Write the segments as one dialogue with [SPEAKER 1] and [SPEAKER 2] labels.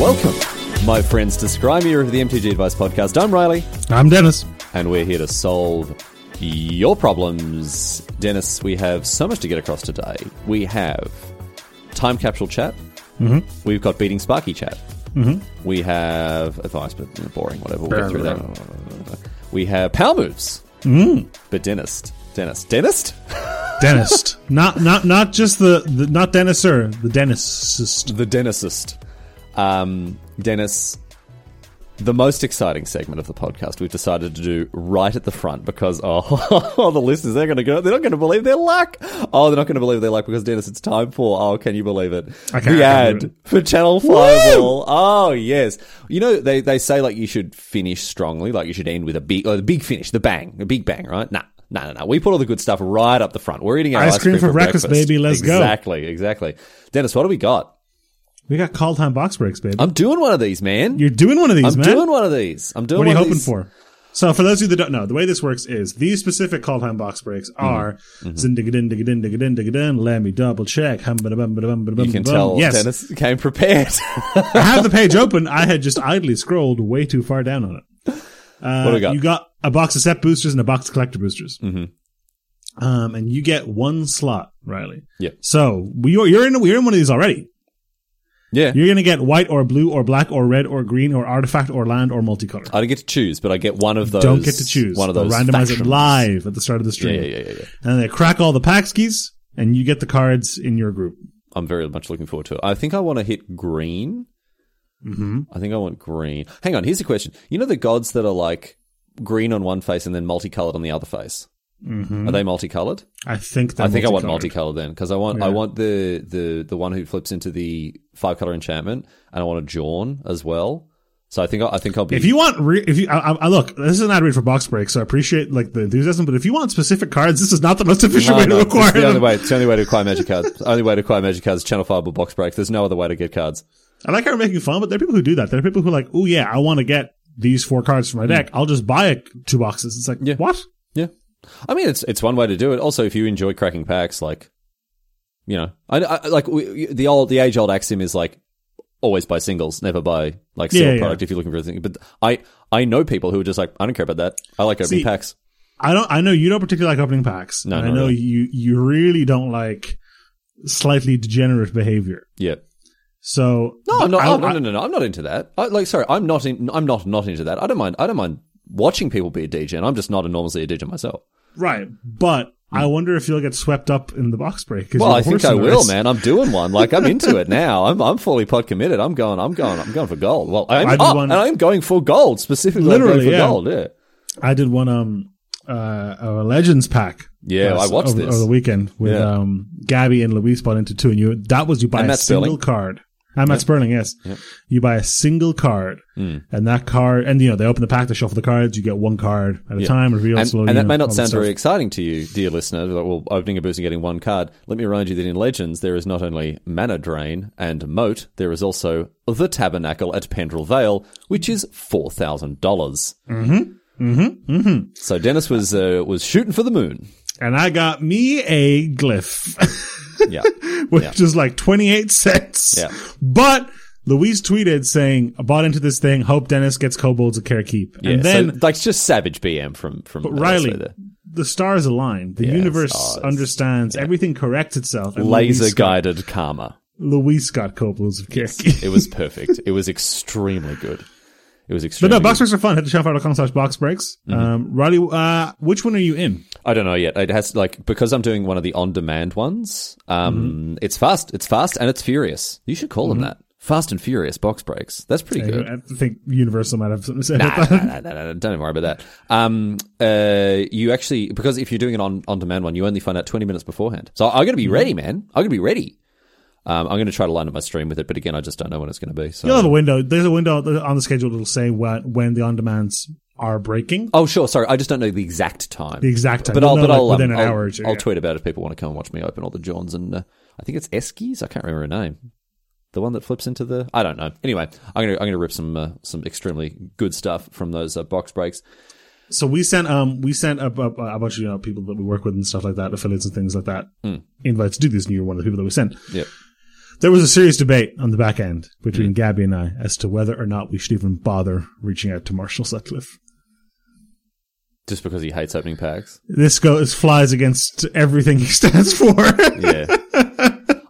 [SPEAKER 1] Welcome, my friends, to Scryme Era of the MTG Advice Podcast. I'm Riley,
[SPEAKER 2] I'm Dennis.
[SPEAKER 1] and we're here to solve your problems. Dennis, we have so much to get across today. We have time capsule chat. Mm-hmm. We've got beating Sparky chat. Mm-hmm. We have advice, but boring. Whatever. We'll get through that. We have power moves. Mm. But Dennis, Dennis, Dennis.
[SPEAKER 2] Dentist. not not not just the, the not Dennis sir, the dentist.
[SPEAKER 1] the dentist. Um, Dennis, the most exciting segment of the podcast we've decided to do right at the front because oh, the listeners they're going to go they're not going to believe their luck. Oh, they're not going to believe their luck because Dennis, it's time for oh, can you believe it?
[SPEAKER 2] I can't-
[SPEAKER 1] the
[SPEAKER 2] I can't
[SPEAKER 1] ad
[SPEAKER 2] do it.
[SPEAKER 1] for Channel Fireball. Oh yes, you know they they say like you should finish strongly, like you should end with a big oh, the big finish, the bang, the big bang, right? Nah. No, no, no. We put all the good stuff right up the front. We're eating our ice,
[SPEAKER 2] Ice cream for breakfast, baby. Let's go.
[SPEAKER 1] go. Exactly, exactly. Dennis, what do we got?
[SPEAKER 2] We got call time box breaks, baby.
[SPEAKER 1] I'm doing one of these, man.
[SPEAKER 2] You're doing one of these,
[SPEAKER 1] I'm
[SPEAKER 2] man.
[SPEAKER 1] doing one of these. I'm doing.
[SPEAKER 2] what are you
[SPEAKER 1] one of
[SPEAKER 2] hoping
[SPEAKER 1] these.
[SPEAKER 2] for? So for those of you that don't know, the way this works is these specific call time box breaks
[SPEAKER 1] Mm-hmm.
[SPEAKER 2] are zindigadin digadin digadin digadin. Let me double check. Hum, ba-da, bum, ba-da, bum, ba-da, bum,
[SPEAKER 1] You can
[SPEAKER 2] ba-da, bum.
[SPEAKER 1] tell
[SPEAKER 2] Yes,
[SPEAKER 1] Dennis came prepared.
[SPEAKER 2] I have the page open. I had just idly scrolled way too far down on it. Uh,
[SPEAKER 1] What do we got?
[SPEAKER 2] You got a box of set boosters and a box of collector boosters. Mm-hmm. Um, and you get one slot, Riley.
[SPEAKER 1] Yeah.
[SPEAKER 2] So we are, you're in you're in one of these already.
[SPEAKER 1] yeah,
[SPEAKER 2] You're going to get white or blue or black or red or green or artifact or land or multicolor.
[SPEAKER 1] I don't get to choose, but I get one of those.
[SPEAKER 2] Don't get to choose.
[SPEAKER 1] Uh, one of those.
[SPEAKER 2] They'll randomize it
[SPEAKER 1] factions.
[SPEAKER 2] live at the start of the
[SPEAKER 1] Yeah,
[SPEAKER 2] stream.
[SPEAKER 1] yeah, yeah, yeah, yeah.
[SPEAKER 2] And they crack all the packs keys, and you get the cards in your group.
[SPEAKER 1] I'm very much looking forward to it. I think I want to hit green. Mm-hmm. I think I want green. Hang on. Here's a question. You know the gods that are like green on one face and then multicolored on the other face. Mm-hmm. Are they multicolored?
[SPEAKER 2] I think.
[SPEAKER 1] I think I want multicolor then because I want I want the, the the one who flips into the five color enchantment and I want a Jawn as well. So I think I, I think I'll be
[SPEAKER 2] If you want, re- if you I, I, I- look, this is an ad read for box break, so I appreciate like the enthusiasm. But if you want specific cards, this is not the most efficient
[SPEAKER 1] No,
[SPEAKER 2] way
[SPEAKER 1] no,
[SPEAKER 2] to acquire
[SPEAKER 1] it's the only
[SPEAKER 2] them.
[SPEAKER 1] way. It's the only way to acquire magic cards. It's the only way to acquire magic cards. is Channel five or box break. There's no other way to get cards.
[SPEAKER 2] I like how we're making fun, but there are people who do that. There are people who are like, oh yeah, I want to get these four cards for my deck. I'll just buy a, two boxes. It's like what?
[SPEAKER 1] Hmm. Yeah, I mean it's it's one way to do it. Also, if you enjoy cracking packs, like you know, I, I like we, the old the age old axiom is like always buy singles, never buy like single
[SPEAKER 2] Yeah, yeah.
[SPEAKER 1] product if you're looking for a thing. But I I know people who are just like I don't care about that. I like opening
[SPEAKER 2] See,
[SPEAKER 1] packs.
[SPEAKER 2] I don't. I know you don't particularly like opening packs.
[SPEAKER 1] No,
[SPEAKER 2] and I
[SPEAKER 1] not
[SPEAKER 2] know
[SPEAKER 1] really.
[SPEAKER 2] you you really don't like slightly degenerate behavior.
[SPEAKER 1] Yeah.
[SPEAKER 2] So
[SPEAKER 1] No, I'm not.
[SPEAKER 2] I-
[SPEAKER 1] oh, no,
[SPEAKER 2] I-
[SPEAKER 1] no, no, no. I'm not into that. I, like, sorry, I'm not. In, I'm not not into that. I don't mind. I don't mind watching people be a DJ, and I'm just not enormously a DJ myself.
[SPEAKER 2] right, but I wonder if you'll get swept up in the box break. 'cause
[SPEAKER 1] Hmm. Well,
[SPEAKER 2] you're
[SPEAKER 1] I
[SPEAKER 2] a
[SPEAKER 1] think
[SPEAKER 2] horse
[SPEAKER 1] I
[SPEAKER 2] in the
[SPEAKER 1] will,
[SPEAKER 2] race.
[SPEAKER 1] man. I'm doing one. Like, I'm into it now. I'm I'm fully pod committed. I'm going. I'm going. I'm going for gold. Well, I'm,
[SPEAKER 2] I did
[SPEAKER 1] oh,
[SPEAKER 2] one-
[SPEAKER 1] and I'm going for gold specifically. I'm going
[SPEAKER 2] Literally,
[SPEAKER 1] for
[SPEAKER 2] yeah.
[SPEAKER 1] gold. Yeah.
[SPEAKER 2] I did one um uh a legends pack.
[SPEAKER 1] Yeah, I watched
[SPEAKER 2] over,
[SPEAKER 1] this.
[SPEAKER 2] over the weekend with
[SPEAKER 1] Yeah.
[SPEAKER 2] um Gabby and Luis bought into two, and you that was you buy
[SPEAKER 1] And
[SPEAKER 2] a
[SPEAKER 1] Matt Sperling.
[SPEAKER 2] single card. I'm Matt Sperling, yes. You buy a single card,
[SPEAKER 1] Hmm.
[SPEAKER 2] and that card, and you know they open the pack, they shuffle the cards, you get one card at a time, reveal
[SPEAKER 1] And,
[SPEAKER 2] slowly,
[SPEAKER 1] and
[SPEAKER 2] you
[SPEAKER 1] that
[SPEAKER 2] know,
[SPEAKER 1] may
[SPEAKER 2] all
[SPEAKER 1] not
[SPEAKER 2] that
[SPEAKER 1] sound
[SPEAKER 2] stuff.
[SPEAKER 1] very exciting to you, dear listener. Like, well, opening a boost and getting one card. Let me remind you that in Legends there is not only Mana Drain and Moat, there is also the Tabernacle at Pendrel Vale, which is four dollars. Mm-hmm. Mm-hmm. Mm-hmm. So Dennis was uh, was shooting for the moon.
[SPEAKER 2] And I got me a glyph,
[SPEAKER 1] Yeah.
[SPEAKER 2] which is like twenty eight cents.
[SPEAKER 1] Yeah.
[SPEAKER 2] but. Louise tweeted saying, I bought into this thing, hope Dennis gets kobolds of care keep.
[SPEAKER 1] Yeah,
[SPEAKER 2] and then
[SPEAKER 1] so, like just savage BM from from
[SPEAKER 2] But
[SPEAKER 1] Alice
[SPEAKER 2] Riley,
[SPEAKER 1] right there.
[SPEAKER 2] the stars align. The universe
[SPEAKER 1] stars.
[SPEAKER 2] understands. Everything corrects itself. And
[SPEAKER 1] laser
[SPEAKER 2] Luis
[SPEAKER 1] guided karma.
[SPEAKER 2] Luis got Copeland's of Kirky.
[SPEAKER 1] It was perfect. it was extremely good. It was
[SPEAKER 2] But
[SPEAKER 1] extremely.
[SPEAKER 2] no, box breaks are fun. Head to shopify.com slash box breaks.
[SPEAKER 1] Mm-hmm.
[SPEAKER 2] Um, Riley, uh, which one are you in?
[SPEAKER 1] good. I don't know yet. It has like because I'm doing one of the on demand ones. Um, it's fast. It's fast and it's furious. You should call them that. Fast and furious box breaks. That's pretty good.
[SPEAKER 2] I think Universal might have something to say about
[SPEAKER 1] Nah,
[SPEAKER 2] that.
[SPEAKER 1] nah, nah, nah, nah, don't even worry about that. Um, uh, you actually because if you're doing an on on demand one, you only find out 20 minutes beforehand. So I'm gonna be ready, man. I'm gonna be ready. Um, I'm gonna try to line up my stream with it, but again, I just don't know when it's gonna be. So
[SPEAKER 2] You'll have a window. There's a window on the schedule that'll say when, when the on demands are breaking.
[SPEAKER 1] Oh, sure. Sorry, I just don't know the exact time.
[SPEAKER 2] The exact time.
[SPEAKER 1] But
[SPEAKER 2] You'll
[SPEAKER 1] I'll,
[SPEAKER 2] know,
[SPEAKER 1] but
[SPEAKER 2] like,
[SPEAKER 1] I'll, um,
[SPEAKER 2] within an
[SPEAKER 1] I'll,
[SPEAKER 2] hour or two.
[SPEAKER 1] I'll
[SPEAKER 2] yeah.
[SPEAKER 1] tweet about it if people want to come and watch me open all the Johns and uh, I think it's Eskies. I can't remember her name. The one that flips into the I don't know. Anyway, I'm gonna I'm gonna rip some uh, some extremely good stuff from those uh, box breaks.
[SPEAKER 2] So we sent um we sent a, a, a bunch of you know people
[SPEAKER 1] Hmm.
[SPEAKER 2] that we work with and stuff like that, affiliates and things like that, invites to do this. And you're one of the people that we sent.
[SPEAKER 1] Yep.
[SPEAKER 2] There was a serious debate on the back end between Gabby and I as to whether or not we should even bother reaching out to Marshall Sutcliffe.
[SPEAKER 1] Just because he hates opening packs.
[SPEAKER 2] This goes flies against everything he stands for.
[SPEAKER 1] Yeah.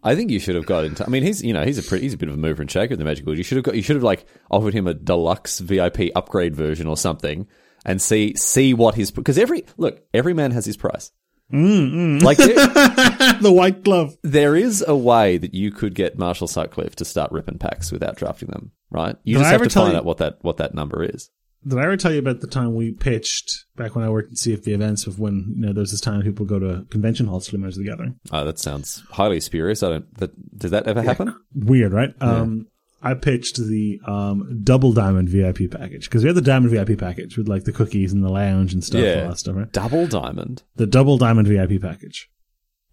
[SPEAKER 1] I think you should have got into. I mean, he's you know he's a pretty, he's a bit of a mover and shaker in the Magic World. You should have got you should have like offered him a deluxe VIP upgrade version or something, and see see what his because every look every man has his price. Mm, Like there,
[SPEAKER 2] the white glove.
[SPEAKER 1] there is a way that you could get Marshall Sutcliffe to start ripping packs without drafting them, right? You
[SPEAKER 2] Did
[SPEAKER 1] just
[SPEAKER 2] I
[SPEAKER 1] have
[SPEAKER 2] ever
[SPEAKER 1] to
[SPEAKER 2] tell
[SPEAKER 1] find
[SPEAKER 2] you-
[SPEAKER 1] out what that what that number is.
[SPEAKER 2] Did I ever tell you about the time we pitched back when I worked at CFD events of when you know there was this time people go to convention halls for the Magic the Gathering?
[SPEAKER 1] Oh, that sounds highly spurious. I don't. That, does that ever happen?
[SPEAKER 2] Weird, right? Um, I pitched the um, double diamond VIP package because we had the diamond VIP package with like the cookies and the lounge and stuff, and all that stuff, right?
[SPEAKER 1] Double diamond.
[SPEAKER 2] The double diamond VIP package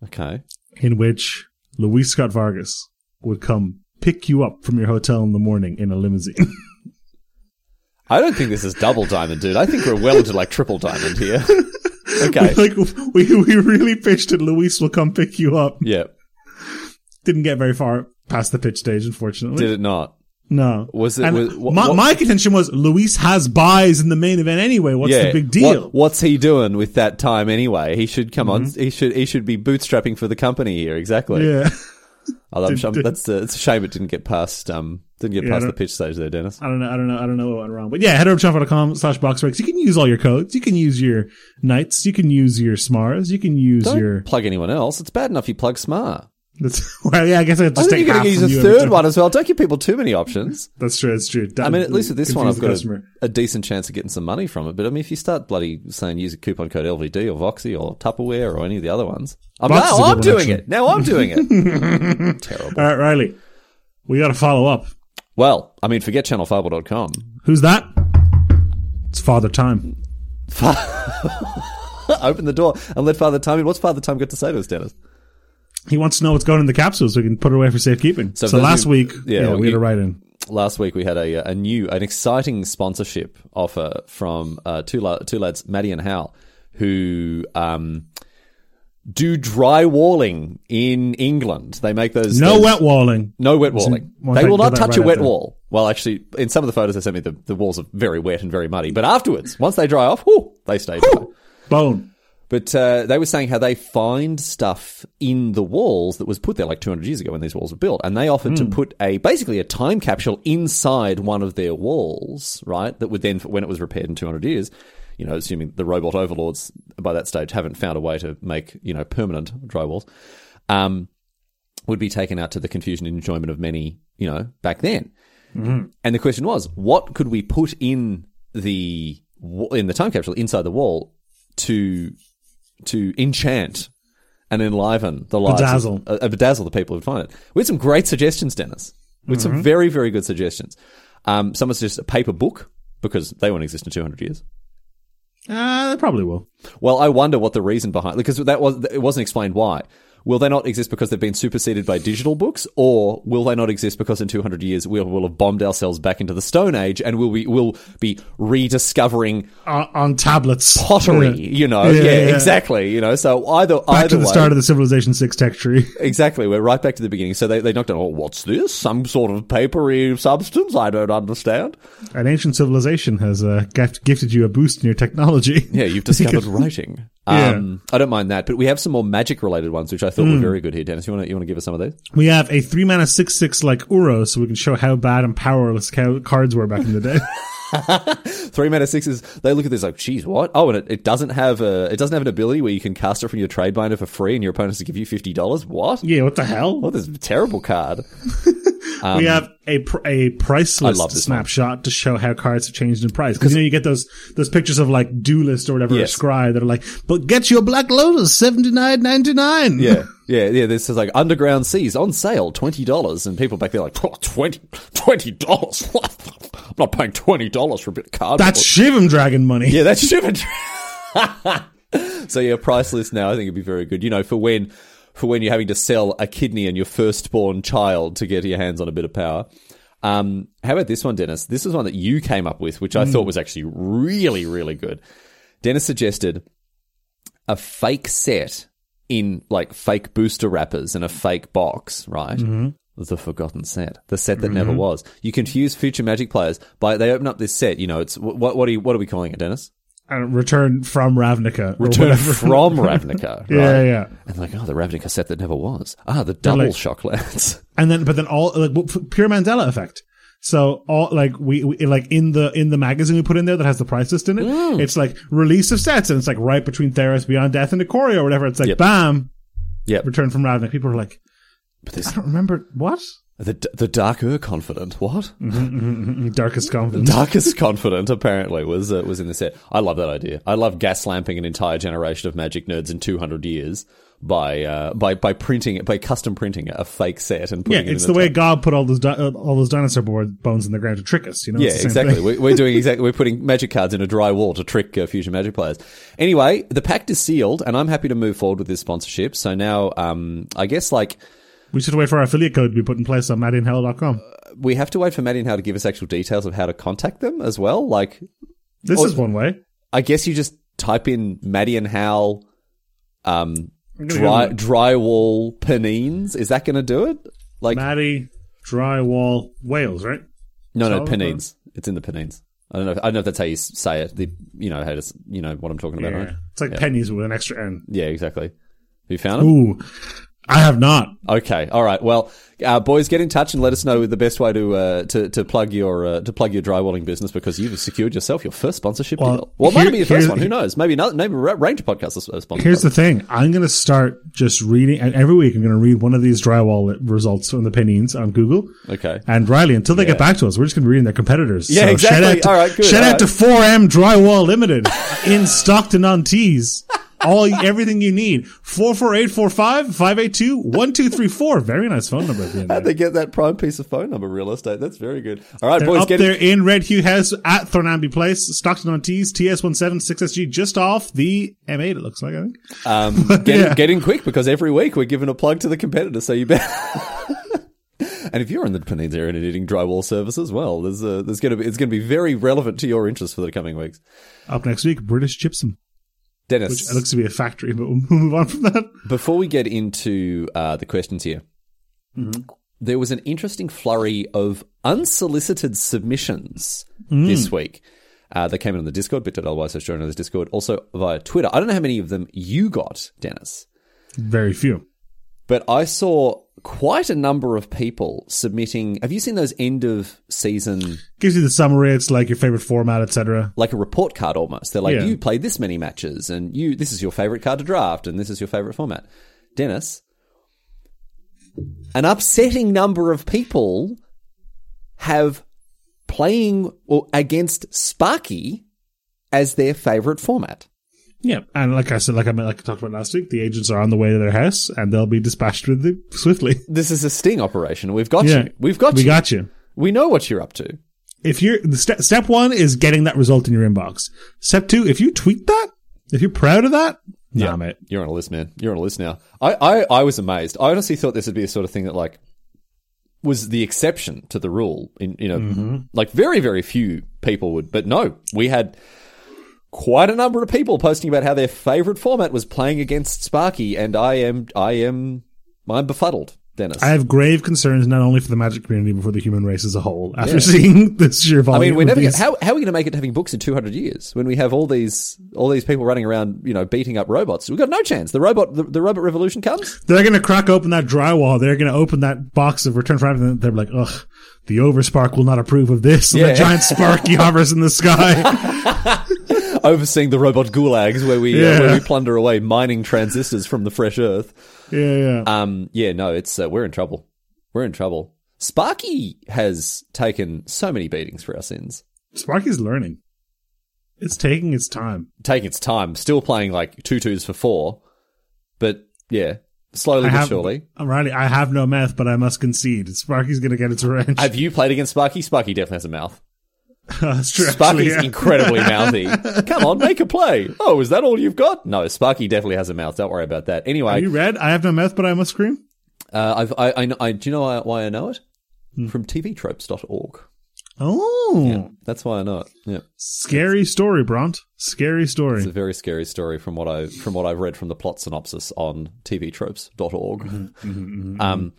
[SPEAKER 1] Okay.
[SPEAKER 2] in which Luis Scott Vargas would come pick you up from your hotel in the morning in a limousine.
[SPEAKER 1] I don't think this is double diamond, dude. I think we're well into like triple diamond here. Okay.
[SPEAKER 2] like we we really pitched it. Luis will come pick you up.
[SPEAKER 1] Yeah.
[SPEAKER 2] Didn't get very far past the pitch stage, unfortunately.
[SPEAKER 1] Did it not?
[SPEAKER 2] No.
[SPEAKER 1] Was it-
[SPEAKER 2] And
[SPEAKER 1] was- wha-
[SPEAKER 2] my,
[SPEAKER 1] what-
[SPEAKER 2] my contention was Luis has buys in the main event anyway. What's
[SPEAKER 1] yeah.
[SPEAKER 2] the big deal? Mm-hmm.
[SPEAKER 1] What- what's he doing with that time anyway? He should come on. He should. He should be bootstrapping for the company here. Exactly.
[SPEAKER 2] Yeah.
[SPEAKER 1] Although I'm,
[SPEAKER 2] Did-
[SPEAKER 1] I'm,
[SPEAKER 2] did-
[SPEAKER 1] that's a, it's a shame it didn't get past. Um, didn't get
[SPEAKER 2] I
[SPEAKER 1] past the
[SPEAKER 2] don't-
[SPEAKER 1] pitch stage there, Dennis.
[SPEAKER 2] I don't know. I don't know. I don't know what went wrong. But yeah, head over to shopify.com slash boxbreaks. You can use all your codes. You can use your knights. You can use your smars. You can use
[SPEAKER 1] Don't
[SPEAKER 2] your.
[SPEAKER 1] plug anyone else. It's bad enough you plug Smart.
[SPEAKER 2] That's, well, yeah, I guess I have to
[SPEAKER 1] I think
[SPEAKER 2] take
[SPEAKER 1] you're
[SPEAKER 2] half
[SPEAKER 1] going to use a
[SPEAKER 2] from you every
[SPEAKER 1] third
[SPEAKER 2] time.
[SPEAKER 1] one as well. Don't give people too many options.
[SPEAKER 2] That's true. That's true.
[SPEAKER 1] I mean, at least with this one, I've got a,
[SPEAKER 2] customer.
[SPEAKER 1] a decent chance of getting some money from it. But I mean, if you start bloody saying use a coupon code LVD or Voxy or Tupperware or any of the other ones, I'm
[SPEAKER 2] Vox is a
[SPEAKER 1] now I'm
[SPEAKER 2] good
[SPEAKER 1] doing
[SPEAKER 2] one, actually.
[SPEAKER 1] it. Now I'm doing it. Terrible.
[SPEAKER 2] All right, Riley, we got to follow up.
[SPEAKER 1] Well, I mean, forget channelfireball.com.
[SPEAKER 2] Who's that? It's Father Time.
[SPEAKER 1] Open the door and let Father Time in. What's Father Time got to say to us, Dennis?
[SPEAKER 2] He wants to know what's going in the capsule so we can put it away for safekeeping. So,
[SPEAKER 1] for those
[SPEAKER 2] last
[SPEAKER 1] who-
[SPEAKER 2] week,
[SPEAKER 1] yeah,
[SPEAKER 2] yeah,
[SPEAKER 1] well,
[SPEAKER 2] we had
[SPEAKER 1] you-
[SPEAKER 2] a write in.
[SPEAKER 1] Last week we had a, uh, a new, an exciting sponsorship offer from uh, two, la- two lads, Maddie and Hal, who um, do drywalling in England. They make those
[SPEAKER 2] No
[SPEAKER 1] those-
[SPEAKER 2] wet walling.
[SPEAKER 1] No wet walling.
[SPEAKER 2] one
[SPEAKER 1] They
[SPEAKER 2] thing,
[SPEAKER 1] will
[SPEAKER 2] get
[SPEAKER 1] not
[SPEAKER 2] that
[SPEAKER 1] touch
[SPEAKER 2] right
[SPEAKER 1] a
[SPEAKER 2] out
[SPEAKER 1] wet
[SPEAKER 2] there.
[SPEAKER 1] wall. Well, actually, in some of the photos they sent me, the, the walls are very wet and very muddy. But afterwards, once they dry off, whew, they stay dry.
[SPEAKER 2] Bone.
[SPEAKER 1] But uh, they were saying how they find stuff in the walls that was put there like 200 years ago when these walls were built, and they offered to put a basically a time capsule inside one of their walls, right? That would then, when it was repaired in 200 years, you know, assuming the robot overlords by that stage haven't found a way to make you know permanent dry walls, um, would be taken out to the confusion and enjoyment of many, you know, back then. And the question was, what could we put in the wa- in the time capsule inside the wall to to enchant and enliven the lives,
[SPEAKER 2] Bedazzle.
[SPEAKER 1] Of, uh, bedazzle the people who find it. We had some great suggestions, Dennis. We had some very very good suggestions. Um, someone suggested a paper book because they won't exist in two hundred years.
[SPEAKER 2] Uh, they probably will.
[SPEAKER 1] Well, I wonder what the reason behind because that was it wasn't explained why. Will they not exist because they've been superseded by digital books, or will they not exist because in 200 years we will have bombed ourselves back into the Stone Age and we'll be, we'll be rediscovering
[SPEAKER 2] On, Uh, on tablets.
[SPEAKER 1] pottery?
[SPEAKER 2] Yeah.
[SPEAKER 1] You know, yeah,
[SPEAKER 2] Yeah, yeah.
[SPEAKER 1] exactly. You know, so either
[SPEAKER 2] Back
[SPEAKER 1] either
[SPEAKER 2] to the
[SPEAKER 1] way,
[SPEAKER 2] start of the Civilization 6 tech tree.
[SPEAKER 1] exactly, we're right back to the beginning. So they they knocked on. Oh, what's this? Some sort of papery substance? I don't understand.
[SPEAKER 2] An ancient civilization has uh, gift- gifted you a boost in your technology.
[SPEAKER 1] Yeah, you've discovered writing. Um, I don't mind that, but we have some more magic related ones which I thought
[SPEAKER 2] Hmm.
[SPEAKER 1] were very good here, Dennis. You want to you want to give us some of these?
[SPEAKER 2] We have a three mana six six like Uro, so we can show how bad and powerless ca- cards were back in the day.
[SPEAKER 1] Three mana sixes. They look at this like, geez, what? Oh, and it, it doesn't have a it doesn't have an ability where you can cast it from your trade binder for free, and your opponents to give you fifty dollars. What?
[SPEAKER 2] yeah, what the hell?
[SPEAKER 1] What this is a terrible card?
[SPEAKER 2] we have a pr- a priceless
[SPEAKER 1] Um, I love this
[SPEAKER 2] snapshot to show how cards have changed in price. Because you know you get those those pictures of like Duelist or whatever
[SPEAKER 1] Yes.
[SPEAKER 2] or Scry that are like, but get your Black Lotus seventy nine ninety nine.
[SPEAKER 1] Yeah, yeah, yeah. This is like Underground Seas on sale, twenty dollars, and people back there like, oh, 20 dollars. I'm not paying twenty dollars for a bit of cardboard.
[SPEAKER 2] that's Shivam Dragon money.
[SPEAKER 1] Yeah, that's shivered. so yeah, priceless now. I think it'd be very good. You know, for when for when you're having to sell a kidney and your firstborn child to get your hands on a bit of power. Um, how about this one, Dennis? This is one that you came up with, which I thought was actually really, really good. Dennis suggested a fake set in like fake booster wrappers and a fake box, right? the forgotten set, the set that never was. You confuse future Magic players by they open up this set. You know, it's what what are you, what are we calling it, Dennis?
[SPEAKER 2] And return from Ravnica. or
[SPEAKER 1] Return
[SPEAKER 2] whatever.
[SPEAKER 1] from Ravnica. Right?
[SPEAKER 2] Yeah, yeah.
[SPEAKER 1] And like, oh, the Ravnica set that never was. Ah, the double
[SPEAKER 2] like-
[SPEAKER 1] shocklands.
[SPEAKER 2] and then but then all like well, p- pure Mandela effect. So all like we, we like in the in the magazine we put in there that has the price list in it,
[SPEAKER 1] Mm.
[SPEAKER 2] it's like release of sets, and it's like right between Theros, Beyond Death, and Ikoria or whatever. It's like
[SPEAKER 1] Yep.
[SPEAKER 2] bam,
[SPEAKER 1] yep.
[SPEAKER 2] Return from Ravnica. People are like,
[SPEAKER 1] But this
[SPEAKER 2] I don't remember what
[SPEAKER 1] the the darker confident. What?
[SPEAKER 2] Mm-hmm.
[SPEAKER 1] Mm.
[SPEAKER 2] Darkest Confidence.
[SPEAKER 1] Darkest Confident apparently was uh, was in the set. I love that idea. I love gaslamping an entire generation of magic nerds in 200 years by uh, by by printing it by custom printing a fake set and
[SPEAKER 2] Yeah,
[SPEAKER 1] putting it
[SPEAKER 2] it's
[SPEAKER 1] in a
[SPEAKER 2] the way
[SPEAKER 1] ti-
[SPEAKER 2] God put all those di- uh, all those dinosaur board bones in the ground to trick us. You know,
[SPEAKER 1] yeah,
[SPEAKER 2] It's the same
[SPEAKER 1] exactly.
[SPEAKER 2] thing.
[SPEAKER 1] We, we're doing exactly. We're putting magic cards in a dry wall to trick uh, future magic players. Anyway, the pact is sealed, and I'm happy to move forward with this sponsorship. So now, um, I guess like
[SPEAKER 2] We should wait for our affiliate code to be put in place on maddinhell.com.
[SPEAKER 1] we have to wait for Maddie and how to give us actual details of how to contact them as well. Like
[SPEAKER 2] This
[SPEAKER 1] Or-
[SPEAKER 2] is one way.
[SPEAKER 1] I guess you just type in Maddie and Hal um,
[SPEAKER 2] gonna
[SPEAKER 1] dry,
[SPEAKER 2] go
[SPEAKER 1] drywall panines. Is that going to do it? Like,
[SPEAKER 2] Maddie drywall Wales, right?
[SPEAKER 1] no, no,
[SPEAKER 2] Solid
[SPEAKER 1] panines. It's in the panines. I don't know. If, I don't know if that's how you s- say it. The, you know how to, s- you know what I'm talking about, right?
[SPEAKER 2] It's like pennies with an extra N.
[SPEAKER 1] Yeah, exactly. Have you found it?
[SPEAKER 2] Ooh, I have not.
[SPEAKER 1] Okay. All right. Well, uh, boys, get in touch and let us know the best way to uh, to, to plug your uh, to plug your drywalling business because you've secured yourself your first sponsorship
[SPEAKER 2] Well,
[SPEAKER 1] deal. Well,
[SPEAKER 2] here-
[SPEAKER 1] maybe your first
[SPEAKER 2] here's-
[SPEAKER 1] one. Who knows? Maybe another. Maybe Ra- Ranger Podcast is a sponsor.
[SPEAKER 2] Here's the thing. I'm going to start just reading. And every week, I'm going to read one of these drywall li- results from the Pennies on Google.
[SPEAKER 1] Okay.
[SPEAKER 2] And Riley, until they get back to us, we're just going to be reading their competitors.
[SPEAKER 1] Yeah, exactly.
[SPEAKER 2] Shout out to,
[SPEAKER 1] All right, good.
[SPEAKER 2] Shout
[SPEAKER 1] All
[SPEAKER 2] out to 4M Drywall Limited in Stockton on Tees. All everything you need. 44845 582 1234. Very nice phone number at the end there.
[SPEAKER 1] How'd they get that prime piece of phone number real estate? That's very good. All right, boys,
[SPEAKER 2] up
[SPEAKER 1] get
[SPEAKER 2] there in Red Hugh House at Thornamby Place, Stockton on Tees, TS176SG, just off the M8, it looks like, I think.
[SPEAKER 1] um, get, in-
[SPEAKER 2] Yeah.
[SPEAKER 1] get in quick because every week we're giving a plug to the competitor, so you better. and if you're in the Penins area and needing drywall service as well, there's uh, there's going to be it's going to be very relevant to your interests for the coming weeks.
[SPEAKER 2] Up next week, British Gypsum.
[SPEAKER 1] Dennis,
[SPEAKER 2] It looks to be a factory, but we'll move on from that.
[SPEAKER 1] before we get into uh, the questions here, there was an interesting flurry of unsolicited submissions this week. Uh, they came in on the Discord, bit.ly slash join the Discord, also via Twitter. I don't know how many of them you got, Dennis,
[SPEAKER 2] Very few.
[SPEAKER 1] but I saw quite a number of people submitting. Have you seen those end of season,
[SPEAKER 2] Gives you the summary. It's like your favorite format, etc.
[SPEAKER 1] like a report card almost? They're like,
[SPEAKER 2] Yeah.
[SPEAKER 1] you played this many matches, and you this is your favorite card to draft, and this is your favorite format. Dennis, an upsetting number of people have playing or against Sparky as their favorite format.
[SPEAKER 2] Yeah, and like I said, like I like I talked about last week, the agents are on the way to their house, and they'll be dispatched with them swiftly.
[SPEAKER 1] This is a sting operation. We've got
[SPEAKER 2] Yeah,
[SPEAKER 1] you. We've got
[SPEAKER 2] we
[SPEAKER 1] you.
[SPEAKER 2] got you.
[SPEAKER 1] we know what you're up to.
[SPEAKER 2] If you're the step, step one is getting that result in your inbox. Step two, if you tweet that, if you're proud of that, nah, mate.
[SPEAKER 1] You're on a list, man. You're on a list now. I, I, I was amazed. I honestly thought this would be a sort of thing that like was the exception to the rule. In you know,
[SPEAKER 2] Mm-hmm.
[SPEAKER 1] like very very few people would, but no, we had quite a number of people posting about how their favorite format was playing against Sparky, and I am I am I'm befuddled, Dennis.
[SPEAKER 2] I have grave concerns not only for the magic community but for the human race as a whole. After seeing this sheer
[SPEAKER 1] I
[SPEAKER 2] volume,
[SPEAKER 1] mean, we're
[SPEAKER 2] of
[SPEAKER 1] never gonna,
[SPEAKER 2] these-
[SPEAKER 1] how how are we going to make it to having books in two hundred years when we have all these all these people running around, you know, beating up robots? We've got no chance. The robot the, the robot revolution comes.
[SPEAKER 2] They're going to crack open that drywall. They're going to open that box of Return from Ravnica. They're like, ugh, the Overspark will not approve of this. And
[SPEAKER 1] Yeah.
[SPEAKER 2] the giant sparky hovers in the sky.
[SPEAKER 1] overseeing the robot gulags where we uh,
[SPEAKER 2] Yeah.
[SPEAKER 1] where we plunder away mining transistors from the fresh earth.
[SPEAKER 2] yeah, yeah.
[SPEAKER 1] Um, yeah, no, it's uh, we're in trouble. We're in trouble. Sparky has taken so many beatings for our sins.
[SPEAKER 2] Sparky's learning. It's taking its time.
[SPEAKER 1] Taking its time, still playing like two twos for four, but yeah, slowly but
[SPEAKER 2] have,
[SPEAKER 1] surely.
[SPEAKER 2] I'm Riley, I have no meth, but I must concede. Sparky's going to get its revenge.
[SPEAKER 1] Have you played against Sparky? Sparky definitely has a mouth.
[SPEAKER 2] That's true, actually,
[SPEAKER 1] Sparky's
[SPEAKER 2] Uh, yeah.
[SPEAKER 1] incredibly mouthy. Come on, make a play. Oh, is that all you've got? No, Sparky definitely has a mouth. Don't worry about that. Anyway,
[SPEAKER 2] Are you read? I have no meth, but I must scream.
[SPEAKER 1] Uh, I've, I, I, kn- I, do you know why, why I know it?
[SPEAKER 2] Hmm.
[SPEAKER 1] From tvtropes.org.
[SPEAKER 2] Oh,
[SPEAKER 1] That's why I know it. Yeah.
[SPEAKER 2] scary story, Bront. Scary story.
[SPEAKER 1] It's a very scary story from what I from what I've read from the
[SPEAKER 2] Hmm.
[SPEAKER 1] plot synopsis on tvtropes.org. um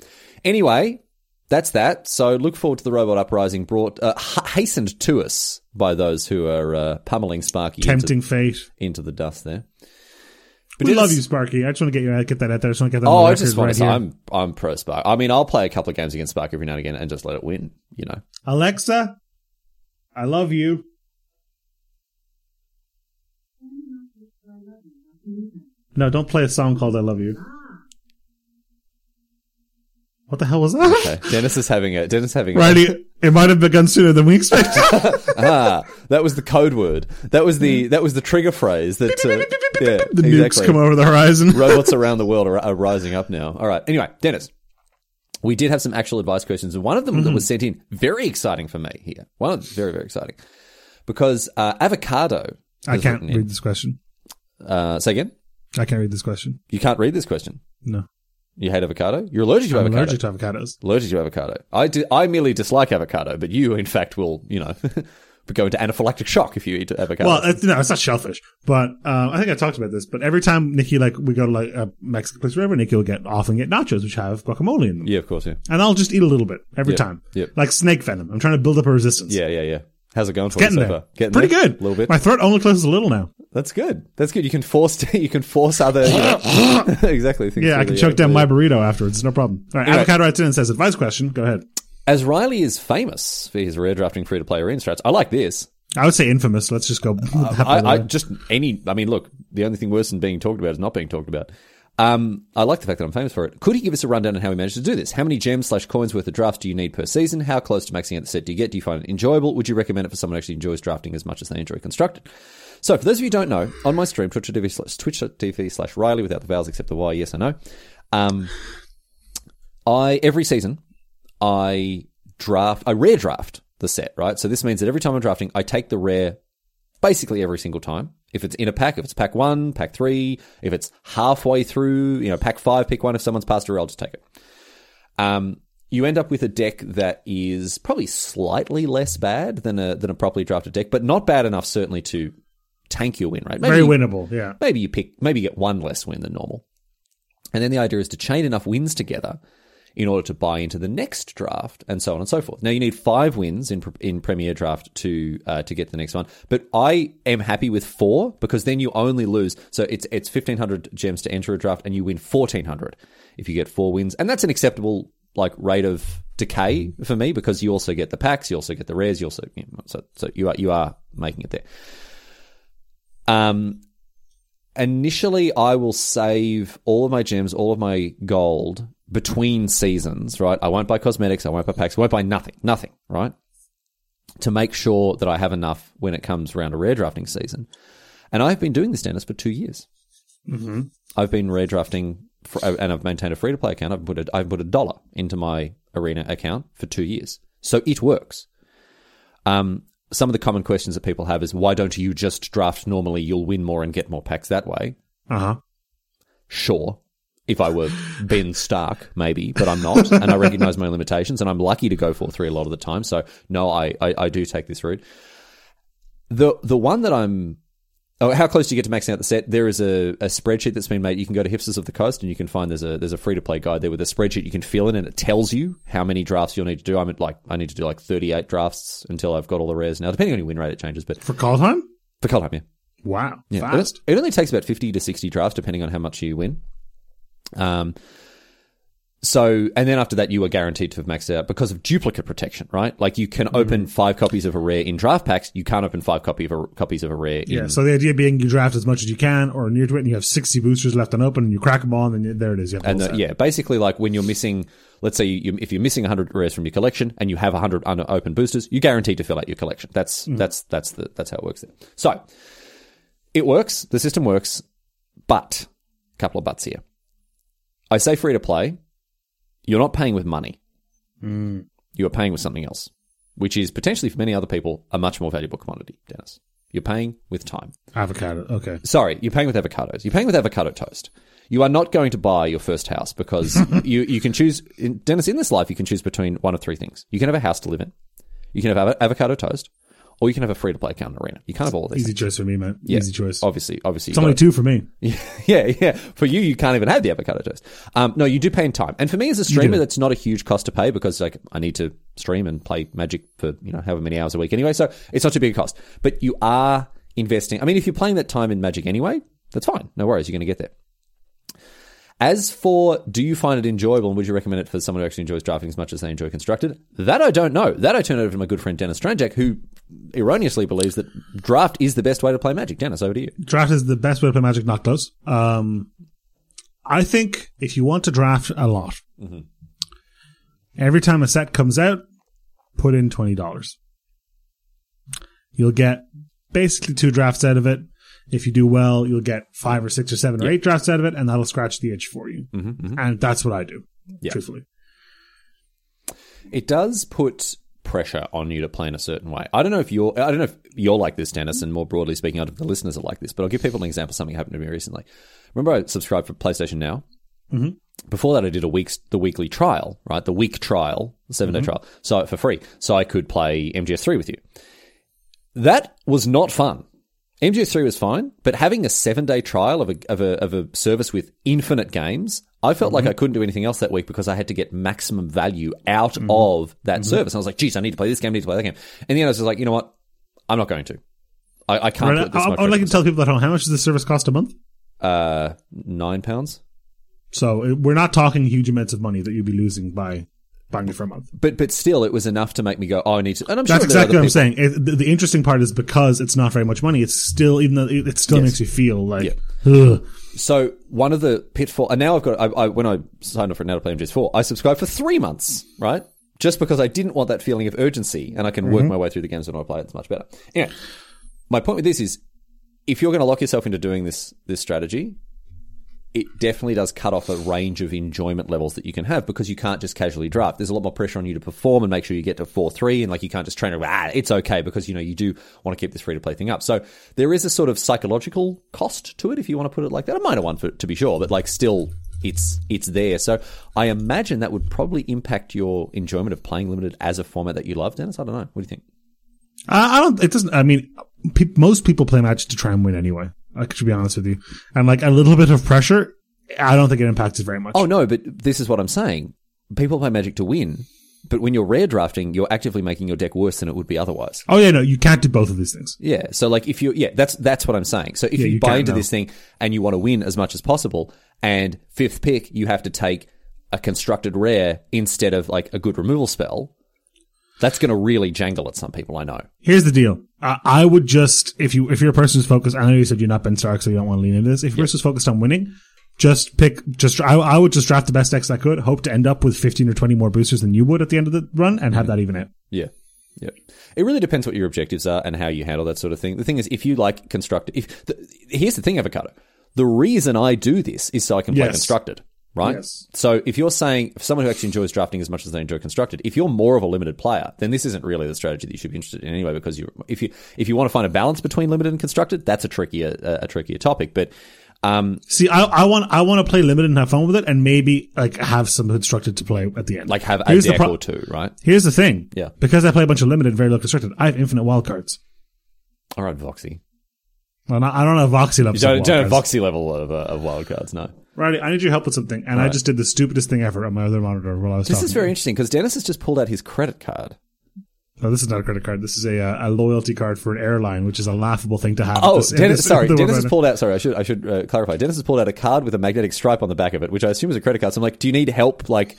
[SPEAKER 1] anyway, that's that. So look forward to the robot uprising brought uh, ha- hastened to us by those who are uh, pummeling Sparky
[SPEAKER 2] Tempting
[SPEAKER 1] into,
[SPEAKER 2] fate.
[SPEAKER 1] into the dust there. But
[SPEAKER 2] We
[SPEAKER 1] yes-
[SPEAKER 2] love you, Sparky. I just want to get you out, get that out there. I just want to get that. on
[SPEAKER 1] Oh,
[SPEAKER 2] the
[SPEAKER 1] I
[SPEAKER 2] record
[SPEAKER 1] just want
[SPEAKER 2] right
[SPEAKER 1] to say
[SPEAKER 2] here.
[SPEAKER 1] I'm I'm pro Spark. I mean, I'll play a couple of games against Spark every now and again and just let it win. You know,
[SPEAKER 2] Alexa, I love you. No, don't play a song called "I Love You." What the hell was that?
[SPEAKER 1] okay. Dennis is having a Dennis is having a-
[SPEAKER 2] Riley, it might have begun sooner than we expected.
[SPEAKER 1] ah, that was the code word. That was the that was the trigger phrase that uh, yeah,
[SPEAKER 2] Mm. the nukes
[SPEAKER 1] exactly.
[SPEAKER 2] come over the horizon.
[SPEAKER 1] robots around the world are, are rising up now. All right. Anyway, Dennis, we did have some actual advice questions, and one of them
[SPEAKER 2] Mm-hmm.
[SPEAKER 1] that was sent in very exciting for me here. One of them, very very exciting because uh, avocado.
[SPEAKER 2] I
[SPEAKER 1] has
[SPEAKER 2] can't
[SPEAKER 1] written in.
[SPEAKER 2] read this question.
[SPEAKER 1] Uh, say again.
[SPEAKER 2] I can't read this question.
[SPEAKER 1] You can't read this question.
[SPEAKER 2] No,
[SPEAKER 1] You hate avocado. You're allergic to
[SPEAKER 2] I'm
[SPEAKER 1] avocado.
[SPEAKER 2] allergic to avocados.
[SPEAKER 1] allergic to avocado. I, di- I merely dislike avocado, but you, in fact, will, you know, go into anaphylactic shock if you eat avocado.
[SPEAKER 2] Well, it's, no, it's not shellfish, but um, I think I talked about this. But every time Nikki, like, we go to like a Mexican place, wherever Nikki will get often get nachos which have guacamole in them,
[SPEAKER 1] yeah, of course, yeah.
[SPEAKER 2] and I'll just eat a little bit every
[SPEAKER 1] Yep,
[SPEAKER 2] time,
[SPEAKER 1] yep.
[SPEAKER 2] like snake venom. I'm trying to build up a resistance.
[SPEAKER 1] Yeah, yeah, yeah. How's it going for
[SPEAKER 2] getting
[SPEAKER 1] you so
[SPEAKER 2] there,
[SPEAKER 1] far? Getting
[SPEAKER 2] pretty
[SPEAKER 1] there?
[SPEAKER 2] good.
[SPEAKER 1] A little bit.
[SPEAKER 2] My throat only closes a little now.
[SPEAKER 1] That's good. That's good. You can force you can force other you know- exactly. things
[SPEAKER 2] Yeah, I
[SPEAKER 1] through
[SPEAKER 2] can
[SPEAKER 1] the-
[SPEAKER 2] choke down
[SPEAKER 1] the-
[SPEAKER 2] my burrito afterwards. No problem. All right,
[SPEAKER 1] Anyway.
[SPEAKER 2] avocado writes in and says, "Advice question." Go ahead.
[SPEAKER 1] As Riley is famous for his rare drafting free to play arena strats, I like this.
[SPEAKER 2] I would say infamous. Let's just go.
[SPEAKER 1] I, Uh, I just any. I mean, look, the only thing worse than being talked about is not being talked about. Um, I like the fact that I'm famous for it. Could he give us a rundown on how he managed to do this? How many gems slash coins worth of drafts do you need per season? How close to maxing out the set do you get? Do you find it enjoyable? Would you recommend it for someone who actually enjoys drafting as much as they enjoy constructed? So, for those of you who don't know, on my stream, twitch.tv slash, twitch.tv slash Riley without the vowels except the Y, yes, I know. Um, I every season I draft I rare draft the set, right? So this means that every time I'm drafting, I take the rare basically every single time. If it's in a pack, if it's pack one, pack three, if it's halfway through, you know, pack five, pick one, if someone's passed a rare, I'll just take it. Um, you end up with a deck that is probably slightly less bad than a than a properly drafted deck, but not bad enough certainly to tank your win rate. Maybe
[SPEAKER 2] very
[SPEAKER 1] you-
[SPEAKER 2] winnable. Yeah.
[SPEAKER 1] maybe you pick maybe you get one less win than normal. And then the idea is to chain enough wins together in order to buy into the next draft and so on and so forth. Now you need 5 wins in pre- in premier draft to uh, to get to the next one. But I am happy with 4 because then you only lose so it's it's 1500 gems to enter a draft and you win 1400 if you get 4 wins. And that's an acceptable like rate of decay for me because you also get the packs, you also get the rares, you also you know, so so you are you are making it there. Um, initially, I will save all of my gems, all of my gold between seasons. Right, I won't buy cosmetics, I won't buy packs, I won't buy nothing, nothing. Right, to make sure that I have enough when it comes around a rare drafting season. And I've been doing this, Dennis, for two years. Mm-hmm. I've been rare drafting, for, and I've maintained a free to play account. I've put a, I've put a dollar into my arena account for two years, so it works um, some of the common questions that people have is why don't you just draft normally? You'll win more and get more packs that way.
[SPEAKER 2] Uh huh.
[SPEAKER 1] Sure. If I were Ben Stark, maybe, but I'm not, and I recognize my limitations, and I'm lucky to go 4 3 a lot of the time. So, no, I, I, I do take this route. The, the one that I'm. Oh, how close do you get to maxing out the set? There is a, a spreadsheet that's been made. You can go to Hipsters of the Coast and you can find there's a there's a free to play guide there with a spreadsheet you can fill in and it tells you how many drafts you'll need to do. I'm at like I need to do like 38 drafts until I've got all the rares now. Depending on your win rate, it changes, but
[SPEAKER 2] For call time.
[SPEAKER 1] for Coldheim, yeah.
[SPEAKER 2] Wow.
[SPEAKER 1] Yeah, it-
[SPEAKER 2] Fast.
[SPEAKER 1] It only takes about 50 to 60 drafts, depending on how much you win. Um, so, and then after that, you are guaranteed to have maxed out because of duplicate protection, right? Like you can open five copies of a rare in draft packs. You can't open five copy of a, copies of a rare in.
[SPEAKER 2] Yeah. So the idea being you draft as much as you can or near to it, and you have 60 boosters left unopened, and you crack them all, and then you- there it is. You have
[SPEAKER 1] And uh,
[SPEAKER 2] the,
[SPEAKER 1] the-
[SPEAKER 2] whole set.
[SPEAKER 1] yeah, basically, like when you're missing, let's say you, if you're missing 100 rares from your collection and you have 100 unopened boosters, you're guaranteed to fill out your collection. That's that's that's the that's how it works. There. So it works. The system works, but a couple of buts here. I say free to play. You're not paying with money. You are paying with something else, which is potentially for many other people a much more valuable commodity, Dennis. You're paying with time.
[SPEAKER 2] Avocado. Okay.
[SPEAKER 1] Sorry, you're paying with avocados. You're paying with avocado toast. You are not going to buy your first house because you, you can choose, in, Dennis, in this life, you can choose between one of three things. You can have a house to live in, you can have avo- avocado toast, or you can have a free to play account in Arena. You can't have all of these.
[SPEAKER 2] Easy choice for me, man.
[SPEAKER 1] Yeah, Oh,
[SPEAKER 2] Easy choice.
[SPEAKER 1] Obviously, obviously.
[SPEAKER 2] It's only two for me.
[SPEAKER 1] yeah, yeah. For you, you can't even have the avocado toast. Um, no, you do pay in time. And for me as a streamer, that's not a huge cost to pay because like I need to stream and play Magic for you know however many hours a week anyway. So it's not too big a cost. But you are investing. I mean, if you're playing that time in Magic anyway, that's fine. No worries. You're going to get there. As for do you find it enjoyable and would you recommend it for someone who actually enjoys drafting as much as they enjoy constructed? That I don't know. That I turn over to my good friend Dennis Stranjak, who erroneously believes that draft is the best way to play Magic. Dennis, over to you.
[SPEAKER 2] draft is the best way to play Magic, not close. Um, I think if you want to draft a lot,
[SPEAKER 1] Mm-hmm.
[SPEAKER 2] every time a set comes out, put in twenty dollars. You'll get basically two drafts out of it. If you do well, you'll get five or six or seven or eight drafts out of it, and that'll scratch the itch for you. And that's what I do,
[SPEAKER 1] Mm-hmm, Yeah.
[SPEAKER 2] truthfully.
[SPEAKER 1] It does put pressure on you to play in a certain way. I don't know if you're I don't know if you're like this, Dennis, and more broadly speaking, I don't know if the listeners are like this, but I'll give people an example of something that happened to me recently. Remember I subscribed for PlayStation Now? Mm-hmm. Before that I did a week's the weekly trial, right? The week trial, the seven day
[SPEAKER 2] Mm-hmm.
[SPEAKER 1] trial. So for free. So I could play MGS three with you. That was not fun. MGS3 was fine, but having a seven day trial of a, of a, of a service with infinite games, I felt
[SPEAKER 2] Mm-hmm.
[SPEAKER 1] like I couldn't do anything else that week because I had to get maximum value out
[SPEAKER 2] Mm-hmm.
[SPEAKER 1] of that service. I was like, geez, I need to play this game, I need to play that game. In the end, I was just like, you know what? I'm not going to. I, I can't
[SPEAKER 2] Right,
[SPEAKER 1] put
[SPEAKER 2] I,
[SPEAKER 1] this
[SPEAKER 2] I
[SPEAKER 1] much.
[SPEAKER 2] would like
[SPEAKER 1] pressure
[SPEAKER 2] to tell people at home how much does this service cost a month?
[SPEAKER 1] on- uh, nine pounds.
[SPEAKER 2] So it, we're not talking huge amounts of money that you'd be losing by buying it for a month.
[SPEAKER 1] But, but still, it was enough to make me go, oh, I need to. And I'm
[SPEAKER 2] That's
[SPEAKER 1] sure there are
[SPEAKER 2] exactly what
[SPEAKER 1] other
[SPEAKER 2] I'm saying. It, the, the interesting part is because it's not very much money. It's still even though it, it still makes you feel like ugh.
[SPEAKER 1] So one of the pitfall, and now I've got. I, I, when I signed up for Now to Play MGS4, I subscribed for three months, right? Just because I didn't want that feeling of urgency, and I can work my way through the games when I play it. It's much better. Anyway, my point with this is, if you're going to lock yourself into doing this this strategy, it definitely does cut off a range of enjoyment levels that you can have because you can't just casually draft. There's a lot more pressure on you to perform and make sure you get to four three, and like you can't just train. around, Ah, it's okay because you know you do want to keep this free to play thing up. So there is a sort of psychological cost to it, if you want to put it like that, a minor one for, to be sure, but like still, it's it's there. So I imagine that would probably impact your enjoyment of playing limited as a format that you love, Dennis. I don't know. What do you think?
[SPEAKER 2] I, I don't. It doesn't. I mean, pe- most people play match to try and win anyway. I could to be honest with you, and like a little bit of pressure, I don't think it impacts it very much.
[SPEAKER 1] Oh no, but this is what I'm saying. People play Magic to win, but when you're rare drafting, you're actively making your deck worse than it would be otherwise.
[SPEAKER 2] Oh, yeah, no, you can't do both of these things.
[SPEAKER 1] Yeah. So like if you yeah, that's that's what I'm saying. So if you,
[SPEAKER 2] you
[SPEAKER 1] buy
[SPEAKER 2] can't
[SPEAKER 1] into
[SPEAKER 2] know.
[SPEAKER 1] this thing and you want to win as much as possible and fifth pick you have to take a constructed rare instead of like a good removal spell, that's going to really jangle at some people, I know.
[SPEAKER 2] Here's the deal. I, I would just if you if you're a person who's focused. I know you said you're not Ben Stark, so you don't want to lean into this. If you're a person who's focused on winning, just pick. Just I, I would just draft the best decks I could. Hope to end up with fifteen or twenty more boosters than you would at the end of the run, and have that even out.
[SPEAKER 1] Yeah. Yeah. It really depends what your objectives are and how you handle that sort of thing. The thing is, if you like constructed, if the, here's the thing, avocado. The reason I do this is so I can play
[SPEAKER 2] Yes.
[SPEAKER 1] constructed, right?
[SPEAKER 2] Yes.
[SPEAKER 1] So if you're saying if someone who actually enjoys drafting as much as they enjoy constructed, if you're more of a limited player, then this isn't really the strategy that you should be interested in anyway. Because you, if you if you want to find a balance between limited and constructed, that's a trickier a, a trickier topic. But um,
[SPEAKER 2] See, I, I want I want to play limited and have fun with it, and maybe like have some instructed to play at the end.
[SPEAKER 1] like have a
[SPEAKER 2] Here's the
[SPEAKER 1] deck
[SPEAKER 2] pro-
[SPEAKER 1] or two, right?
[SPEAKER 2] Here's the thing.
[SPEAKER 1] Yeah.
[SPEAKER 2] Because I play a bunch of limited, and very low constructed. I have infinite wildcards.
[SPEAKER 1] All right, Voxy.
[SPEAKER 2] Well, not, I don't have voxy levels.
[SPEAKER 1] Don't,
[SPEAKER 2] of
[SPEAKER 1] don't have
[SPEAKER 2] wildcards.
[SPEAKER 1] Voxy level of, uh, of wildcards, no.
[SPEAKER 2] Riley, I need your help with something, and I just did the stupidest thing ever on my other monitor while I was
[SPEAKER 1] This
[SPEAKER 2] talking.
[SPEAKER 1] is very interesting because Dennis has just pulled out his credit card.
[SPEAKER 2] No, this is not a credit card. This is a uh, a loyalty card for an airline, which is a laughable thing to have. at
[SPEAKER 1] Oh,
[SPEAKER 2] this- in
[SPEAKER 1] Dennis,
[SPEAKER 2] this-
[SPEAKER 1] sorry.
[SPEAKER 2] the
[SPEAKER 1] Dennis
[SPEAKER 2] world
[SPEAKER 1] has pulled out. Sorry, I should I should uh, clarify. Dennis has pulled out a card with a magnetic stripe on the back of it, which I assume is a credit card. So I'm like, do you need help, like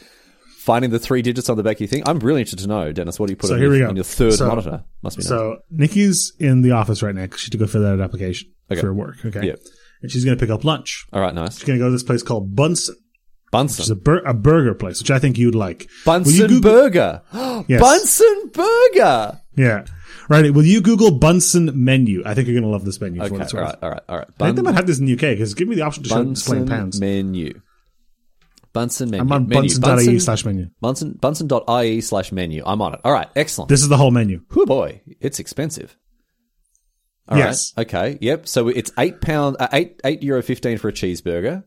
[SPEAKER 1] finding the three digits on the back? of your thing? I'm really interested to know, Dennis. What do you put
[SPEAKER 2] So
[SPEAKER 1] on,
[SPEAKER 2] here
[SPEAKER 1] your,
[SPEAKER 2] we go.
[SPEAKER 1] on your third
[SPEAKER 2] So-
[SPEAKER 1] monitor? Must be
[SPEAKER 2] So Nikki's in the office right now because she had to go fill out an application for work. Okay.
[SPEAKER 1] Yeah.
[SPEAKER 2] And she's going to pick up lunch.
[SPEAKER 1] nice. All right, nice.
[SPEAKER 2] She's going to go to this place called Bunsen, which is
[SPEAKER 1] Bunsen,
[SPEAKER 2] a, bur- a burger place, which I think you'd like. Will you
[SPEAKER 1] Bunsen
[SPEAKER 2] Google-
[SPEAKER 1] Burger,
[SPEAKER 2] Yes.
[SPEAKER 1] Bunsen Burger.
[SPEAKER 2] Yeah. Right. Will you Google Bunsen menu? I think you're going to love this menu for
[SPEAKER 1] Okay,
[SPEAKER 2] what it's
[SPEAKER 1] all
[SPEAKER 2] worth.
[SPEAKER 1] right, all right, all right.
[SPEAKER 2] I think they
[SPEAKER 1] Bun-
[SPEAKER 2] might have this in the UK because give me the option to show explain
[SPEAKER 1] Bunsen
[SPEAKER 2] pounds.
[SPEAKER 1] menu. Bunsen menu.
[SPEAKER 2] I'm on
[SPEAKER 1] menu.
[SPEAKER 2] bunsen.ie E slash menu.
[SPEAKER 1] Bunsen Bunsen.ie slash menu. I'm on it. All right, excellent.
[SPEAKER 2] This is the whole menu.
[SPEAKER 1] Whoo boy, it's expensive. All right.
[SPEAKER 2] Yes.
[SPEAKER 1] Okay. Yep. So it's eight pound, uh, eight eight euro fifteen for a cheeseburger.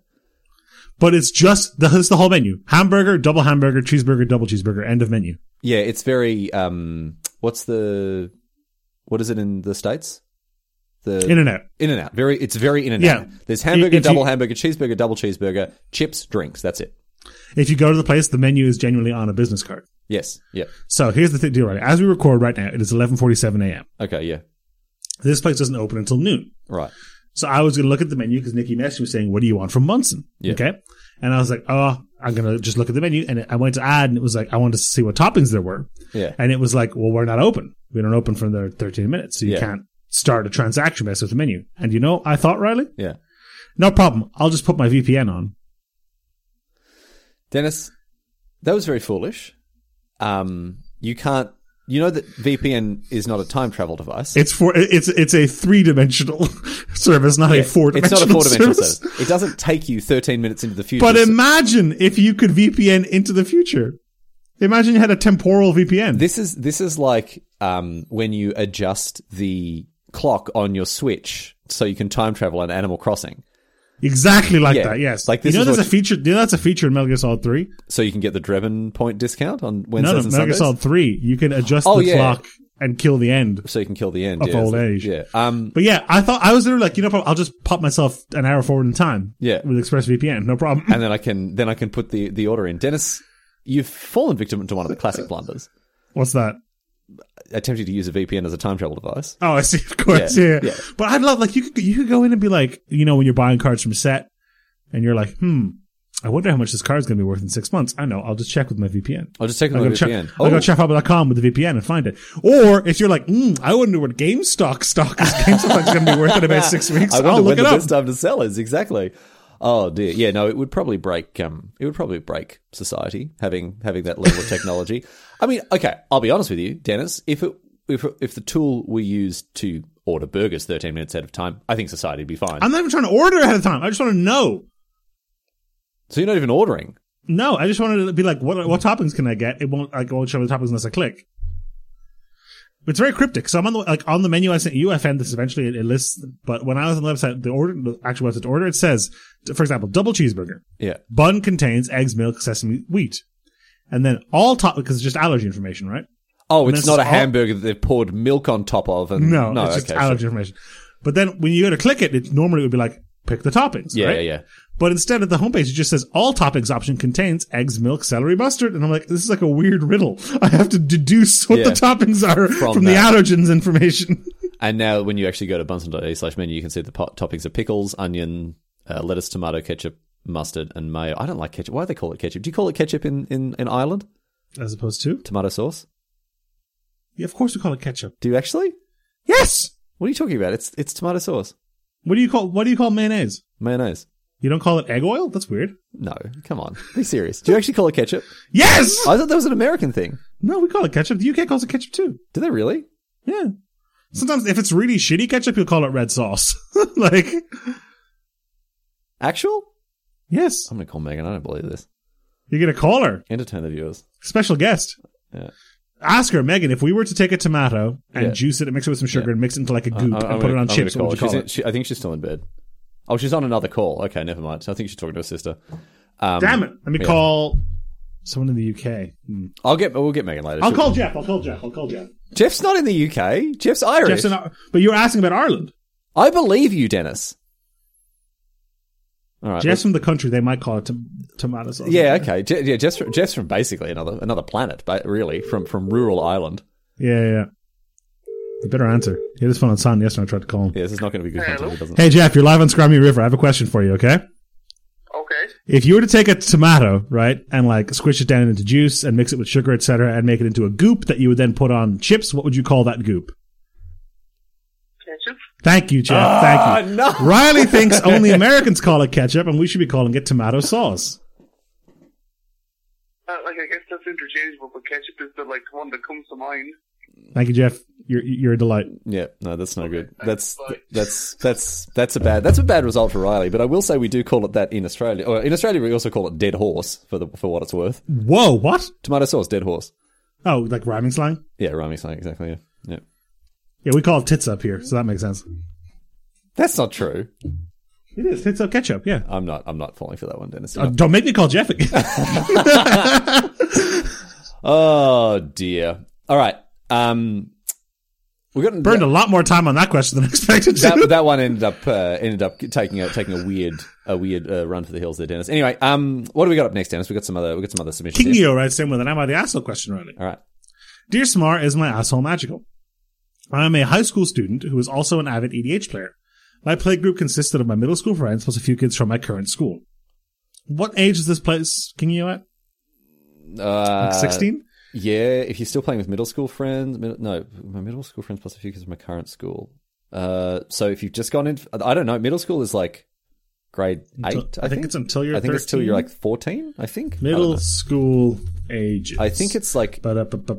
[SPEAKER 2] But it's just the, it's the whole menu. Hamburger, double hamburger, cheeseburger, double cheeseburger, end of menu.
[SPEAKER 1] Yeah, it's very. Um, what's the What is it in the states? The
[SPEAKER 2] In and out.
[SPEAKER 1] in and out. Very, it's very in and
[SPEAKER 2] Yeah.
[SPEAKER 1] out. There's hamburger,
[SPEAKER 2] If you-
[SPEAKER 1] double hamburger, cheeseburger, double cheeseburger, chips, drinks. That's it.
[SPEAKER 2] If you go to the place, the menu is genuinely on a business card.
[SPEAKER 1] Yes. Yep.
[SPEAKER 2] So here's the thing, deal right? As we record right now, it is 11:47 a.m.
[SPEAKER 1] Okay. Yeah.
[SPEAKER 2] This place doesn't open until noon.
[SPEAKER 1] Right.
[SPEAKER 2] So I was going to look at the menu because Nikki messaged me saying, "What do you want from Munson?"
[SPEAKER 1] Yeah.
[SPEAKER 2] Okay, and I was like, "Oh, I'm going to just look at the menu." And I went to add, and it was like, I wanted to see what toppings there were,
[SPEAKER 1] Yeah.
[SPEAKER 2] and it was like, "Well, we're not open. We don't open for another 13 minutes, so you
[SPEAKER 1] Yeah.
[SPEAKER 2] can't start a transaction based with the menu." And you know, I thought, Riley,
[SPEAKER 1] Yeah.
[SPEAKER 2] no problem. I'll just put my VPN on.
[SPEAKER 1] Dennis, that was very foolish. Um, you can't. You know that VPN is not a time travel device.
[SPEAKER 2] It's for it's it's a three dimensional service, not a four
[SPEAKER 1] it's not a four
[SPEAKER 2] dimensional
[SPEAKER 1] dimensional
[SPEAKER 2] service.
[SPEAKER 1] service. It doesn't take you 13 minutes into the future.
[SPEAKER 2] But imagine if you could VPN into the future. Imagine you had a temporal VPN.
[SPEAKER 1] This is this is like um, when you adjust the clock on your Switch so you can time travel in Animal Crossing,
[SPEAKER 2] Exactly like
[SPEAKER 1] Yeah,
[SPEAKER 2] that. Yes.
[SPEAKER 1] like
[SPEAKER 2] Like
[SPEAKER 1] this
[SPEAKER 2] this you know,
[SPEAKER 1] is
[SPEAKER 2] there's a
[SPEAKER 1] what-
[SPEAKER 2] feature. You know, that's a feature in Metal Gear Solid Three.
[SPEAKER 1] so you can get the Drebin point discount on
[SPEAKER 2] No,
[SPEAKER 1] Wednesdays
[SPEAKER 2] no,
[SPEAKER 1] and
[SPEAKER 2] Metal Gear
[SPEAKER 1] Sundays,
[SPEAKER 2] Solid Three. You can adjust
[SPEAKER 1] Oh,
[SPEAKER 2] the
[SPEAKER 1] yeah.
[SPEAKER 2] clock and kill the end.
[SPEAKER 1] so you can kill the end
[SPEAKER 2] Of
[SPEAKER 1] yeah,
[SPEAKER 2] old
[SPEAKER 1] so-
[SPEAKER 2] age.
[SPEAKER 1] Yeah, um,
[SPEAKER 2] But yeah, I thought I was there like you know I'll just pop myself an hour forward in time.
[SPEAKER 1] Yeah.
[SPEAKER 2] With ExpressVPN, no problem.
[SPEAKER 1] and then I can then I can put the the order in. Dennis, you've fallen victim to one of the classic blunders,
[SPEAKER 2] What's that?
[SPEAKER 1] attempting to use a VPN as a time travel device.
[SPEAKER 2] Oh, I see. Of course,
[SPEAKER 1] Yeah,
[SPEAKER 2] yeah.
[SPEAKER 1] yeah.
[SPEAKER 2] But I'd love like you could you could go in and be like you know when you're buying cards from set, and you're like, hmm, I wonder how much this card's going to be worth in six months. I know. I'll just check with my VPN.
[SPEAKER 1] I'll just take
[SPEAKER 2] I'll
[SPEAKER 1] my
[SPEAKER 2] go, check,
[SPEAKER 1] VPN.
[SPEAKER 2] I'll go
[SPEAKER 1] Oh,
[SPEAKER 2] chefhopper.com with the VPN and find it. Or if you're like, mm, I wonder what GameStop stock is GameStop's going to be worth in about six weeks.
[SPEAKER 1] I
[SPEAKER 2] I'll
[SPEAKER 1] wonder when
[SPEAKER 2] look
[SPEAKER 1] the
[SPEAKER 2] it up.
[SPEAKER 1] best time to sell is exactly. Oh dear, yeah, no, it would probably break. Um, it would probably break society having having that level of technology. I mean, okay, I'll be honest with you, Dennis. If it if if the tool we use to order burgers thirteen minutes ahead of time, I think society'd be fine.
[SPEAKER 2] I'm not even trying to order ahead of time. I just want to know.
[SPEAKER 1] so you're not even ordering.
[SPEAKER 2] No, I just wanted to be like, what what toppings can I get? It won't like it won't show me the toppings unless I click. It's very cryptic. So I'm on the like on the menu I sent you. I found this eventually. It, it lists, but when I was on the website, the order, the actual website to order, it says, for example, double cheeseburger.
[SPEAKER 1] Yeah,
[SPEAKER 2] Bun contains eggs, milk, sesame, wheat, and then all top because it's just allergy information, right?
[SPEAKER 1] Oh, it's
[SPEAKER 2] this
[SPEAKER 1] not
[SPEAKER 2] is
[SPEAKER 1] a
[SPEAKER 2] all-
[SPEAKER 1] hamburger that they've poured milk on top of. And
[SPEAKER 2] No, it's just
[SPEAKER 1] okay,
[SPEAKER 2] allergy
[SPEAKER 1] sure.
[SPEAKER 2] information. But then when you go to click it, it normally would be like pick the toppings.
[SPEAKER 1] Yeah,
[SPEAKER 2] right?
[SPEAKER 1] yeah, yeah.
[SPEAKER 2] But instead at the homepage, it just says all toppings option contains eggs, milk, celery, mustard. And I'm like, this is like a weird riddle. I have to deduce what
[SPEAKER 1] Yeah.
[SPEAKER 2] the toppings are from, the
[SPEAKER 1] that.
[SPEAKER 2] allergens information.
[SPEAKER 1] And now, when you actually go to bunsen.a slash menu, you can see the pot- toppings are pickles, onion, uh, lettuce, tomato, ketchup, mustard, and mayo. I don't like ketchup. Why do they call it ketchup? Do you call it ketchup in, in, in Ireland?
[SPEAKER 2] As opposed to,
[SPEAKER 1] Tomato sauce?
[SPEAKER 2] yeah, of course we call it ketchup.
[SPEAKER 1] Do you actually?
[SPEAKER 2] Yes.
[SPEAKER 1] What are you talking about? It's it's tomato sauce,
[SPEAKER 2] What do you call, what do you call mayonnaise?
[SPEAKER 1] mayonnaise.
[SPEAKER 2] You don't call it egg oil? That's weird.
[SPEAKER 1] No, come on, be serious. Do you actually call it ketchup?
[SPEAKER 2] Yes.
[SPEAKER 1] I thought that was an American thing.
[SPEAKER 2] No, we call it ketchup. The UK calls it ketchup too.
[SPEAKER 1] Do they really?
[SPEAKER 2] Yeah. Sometimes if it's really shitty ketchup, you'll call it red sauce. like,
[SPEAKER 1] Actual?
[SPEAKER 2] yes.
[SPEAKER 1] I'm gonna call Megan. I don't believe this.
[SPEAKER 2] You're going to call her.
[SPEAKER 1] Entertain the viewers.
[SPEAKER 2] Special guest.
[SPEAKER 1] Yeah.
[SPEAKER 2] Ask her, Megan, if we were to take a tomato and
[SPEAKER 1] Yeah. Uh,
[SPEAKER 2] juice it and mix it with some sugar and mix it into like a goop
[SPEAKER 1] I-
[SPEAKER 2] and
[SPEAKER 1] I'm
[SPEAKER 2] put
[SPEAKER 1] gonna-
[SPEAKER 2] it on
[SPEAKER 1] I'm
[SPEAKER 2] chips,
[SPEAKER 1] gonna
[SPEAKER 2] what would you
[SPEAKER 1] call
[SPEAKER 2] call
[SPEAKER 1] her.
[SPEAKER 2] it?
[SPEAKER 1] She's in- she- I think she's still in bed. Oh, she's on another call. Okay, never mind. I think she's talking to her sister. Um,
[SPEAKER 2] Damn it. Let me
[SPEAKER 1] yeah.
[SPEAKER 2] call someone in the UK. Hmm.
[SPEAKER 1] I'll get. We'll get Megan later.
[SPEAKER 2] I'll
[SPEAKER 1] She'll-
[SPEAKER 2] call Jeff. I'll call Jeff. I'll call Jeff.
[SPEAKER 1] Jeff's not in the UK. Jeff's Irish.
[SPEAKER 2] Jeff's in, Ar- but you were asking about Ireland.
[SPEAKER 1] I believe you, Dennis. All right.
[SPEAKER 2] Jeff's from the country. They might call it tom- tomato sauce.
[SPEAKER 1] let's- yeah. Okay. Je- yeah. Jeff's from, Jeff's from basically another another planet, but really from from rural Ireland.
[SPEAKER 2] Yeah, yeah, yeah. You better answer. He had his phone on silent yesterday. I tried to call him.
[SPEAKER 1] Yeah. This is not going to be good content. if It doesn't.
[SPEAKER 2] Hey, Jeff, you're live on Scrammy River. I have a question for you, okay?
[SPEAKER 3] Okay.
[SPEAKER 2] if you were to take a tomato, right, and like squish it down into juice and mix it with sugar, etc., and make it into a goop that you would then put on chips, what would you call that goop?
[SPEAKER 3] Ketchup.
[SPEAKER 2] Thank you, Jeff. Thank you.
[SPEAKER 1] Ah, no.
[SPEAKER 2] Riley thinks only Americans call it ketchup, and we should be calling it tomato sauce.
[SPEAKER 3] Uh, like I guess that's interchangeable, but ketchup is the like one that comes to mind.
[SPEAKER 2] Thank you, Jeff. You're you're a delight.
[SPEAKER 1] Yeah. No. That's no good. That's
[SPEAKER 3] thanks, bye.
[SPEAKER 1] that's that's that's a bad that's a bad result for Riley. But I will say we do call it that in Australia. Or in Australia we also call it dead horse for the for what it's worth.
[SPEAKER 2] Whoa, what?
[SPEAKER 1] Tomato sauce, dead horse.
[SPEAKER 2] Oh, like rhyming slang?
[SPEAKER 1] Yeah. Rami saying exactly. Yeah. Yeah.
[SPEAKER 2] Yeah, we call it tits up here, so that makes sense.
[SPEAKER 1] That's not true.
[SPEAKER 2] It is tits up ketchup. Yeah.
[SPEAKER 1] I'm not. I'm not falling for that one, Dennis.
[SPEAKER 2] Uh, don't make me call Jeff again.
[SPEAKER 1] Oh dear. All right. Um, We got
[SPEAKER 2] Burned a lot more time on that question than expected. to.
[SPEAKER 1] that, that one ended up uh, ended up taking a taking a weird a weird uh, run for the hills there, Dennis. Anyway, um, what do we got up next, Dennis? We got some other we got some other submissions.
[SPEAKER 2] King
[SPEAKER 1] here.
[SPEAKER 2] Neo writes in with an "Am I the asshole?" question, Riley.
[SPEAKER 1] All right.
[SPEAKER 2] Dear Smar, is my asshole magical? I am a high school student who is also an avid EDH player. My play group consisted of my middle school friends plus a few kids from my current school. What age is this place King Yo at?
[SPEAKER 1] Uh,
[SPEAKER 2] Sixteen.
[SPEAKER 1] Yeah, if you're still playing with middle school friends, middle, no, my middle school friends plus a few kids from my current school. Uh, so if you've just gone in, I don't know. Middle school is like grade eight.
[SPEAKER 2] Until-
[SPEAKER 1] I, think,
[SPEAKER 2] it's until you're.
[SPEAKER 1] I think it's till
[SPEAKER 2] 13.
[SPEAKER 1] you're like fourteen. I think I don't
[SPEAKER 2] middle
[SPEAKER 1] know.
[SPEAKER 2] school ages.
[SPEAKER 1] I think it's like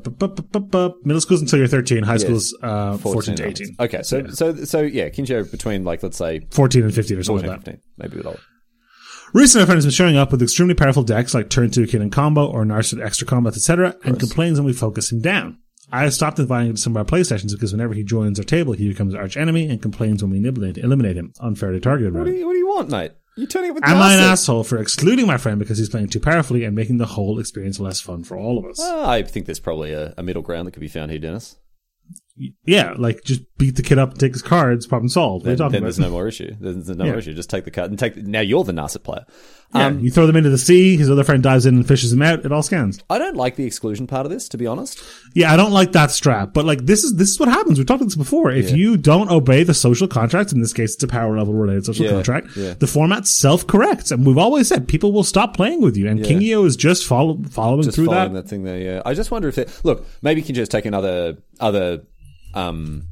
[SPEAKER 2] Ba-da-ba-ba-ba-ba-ba-ba. middle school's until you're 13. High school's uh,
[SPEAKER 1] 14,
[SPEAKER 2] 14, to
[SPEAKER 1] onwards.
[SPEAKER 2] 18.
[SPEAKER 1] Okay, so so so yeah, Kinjo between like let's say
[SPEAKER 2] 14 and 15 or something
[SPEAKER 1] 14,
[SPEAKER 2] like that.
[SPEAKER 1] 15, maybe a bit older.
[SPEAKER 2] Recently, my friend has been showing up with extremely powerful decks like Turn 2 Kid and Combo or Narset Extra Combat, etc., and complains when we focus him down. I have stopped inviting him to some of our play sessions because whenever he joins our table, he becomes our arch enemy and complains when we eliminate, eliminate him. Unfairly targeted,
[SPEAKER 1] What do
[SPEAKER 2] right?
[SPEAKER 1] you, what do you want, mate? You're turning up with
[SPEAKER 2] Am I an
[SPEAKER 1] Narcissus.
[SPEAKER 2] asshole for excluding my friend because he's playing too powerfully and making the whole experience less fun for all of us?
[SPEAKER 1] Uh, I think there's probably a, a middle ground that could be found here, Dennis.
[SPEAKER 2] yeah, like just beat the kid up, take his cards, problem solved. What are
[SPEAKER 1] Then,
[SPEAKER 2] you talking
[SPEAKER 1] then
[SPEAKER 2] about?
[SPEAKER 1] there's no more issue. There's, there's no more
[SPEAKER 2] Yeah.
[SPEAKER 1] issue. Just take the cut and take. The, now you're the Narset player.
[SPEAKER 2] Yeah,
[SPEAKER 1] Um,
[SPEAKER 2] you throw them into the sea. His other friend dives in and fishes him out. It all scans.
[SPEAKER 1] I don't like the exclusion part of this, to be honest.
[SPEAKER 2] Yeah, I don't like that strap, but like this is this is what happens. We've talked about this before. If you don't obey the social contract, in this case, it's a power level related social
[SPEAKER 1] Yeah,
[SPEAKER 2] contract.
[SPEAKER 1] yeah.
[SPEAKER 2] The format self corrects, and we've always said people will stop playing with you. And King Kingio is just follow, following
[SPEAKER 1] Just
[SPEAKER 2] through that.
[SPEAKER 1] following that. thing there. Yeah, I just wonder if they, look maybe you can just take another other, um,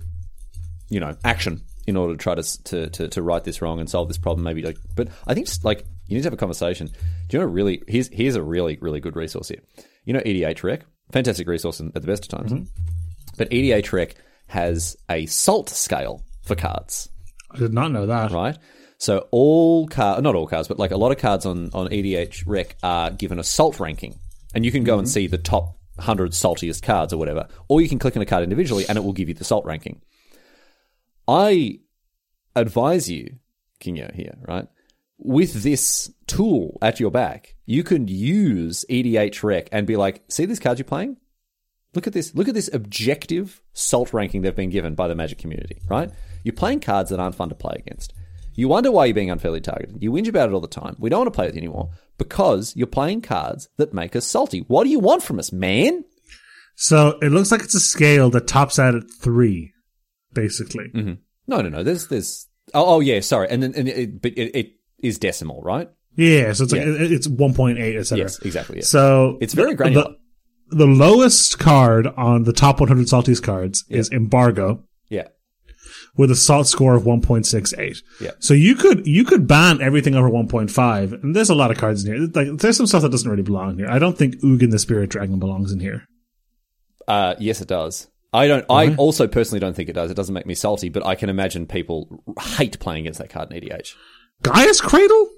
[SPEAKER 1] you know, action in order to try to s- to to, to right this wrong and solve this problem. Maybe like, but I think just like you need to have a conversation. Do you know what really? Here's here's a really really good resource here. You know, EDH Rec, fantastic resource in- at the best of times. But EDH Rec has a salt scale for cards
[SPEAKER 2] I did not know that.
[SPEAKER 1] right? So all cards, not all cards, but like a lot of cards on on EDH Rec are given a salt ranking, and you can go and see the top hundred saltiest cards or whatever, or you can click on a card individually, and it will give you the salt ranking. I advise you, Kinyo, here, right? With this tool at your back, you can use EDH Rec and be like, see this card you're playing? Look at this. Look at this objective salt ranking they've been given by the Magic community, right? You're playing cards that aren't fun to play against. You wonder why you're being unfairly targeted. You whinge about it all the time. We don't want to play with you anymore because you're playing cards that make us salty. What do you want from us, man?
[SPEAKER 2] So it looks like it's a scale that tops out at three, basically.
[SPEAKER 1] Mm-hmm. No, no, no. There's, there's. Oh, oh yeah. Sorry. And then, and it, but it, it is decimal, right?
[SPEAKER 2] Yeah, so it's like it- it's one point eight, etc.
[SPEAKER 1] Yes, exactly, yeah.
[SPEAKER 2] So
[SPEAKER 1] It's very
[SPEAKER 2] the-
[SPEAKER 1] granular.
[SPEAKER 2] The, the lowest card on the top 100 saltiest cards is embargo
[SPEAKER 1] Yeah.
[SPEAKER 2] with a salt score of 1.68.
[SPEAKER 1] Yeah.
[SPEAKER 2] So you could you could ban everything over 1.5, and there's a lot of cards in here. Like there's some stuff that doesn't really belong here. I don't think Ugin the Spirit Dragon belongs in here.
[SPEAKER 1] Uh, yes, it does. I don't. I also personally don't think it does. It doesn't make me salty, but I can imagine people hate playing against that card in EDH.
[SPEAKER 2] Gaia's Cradle.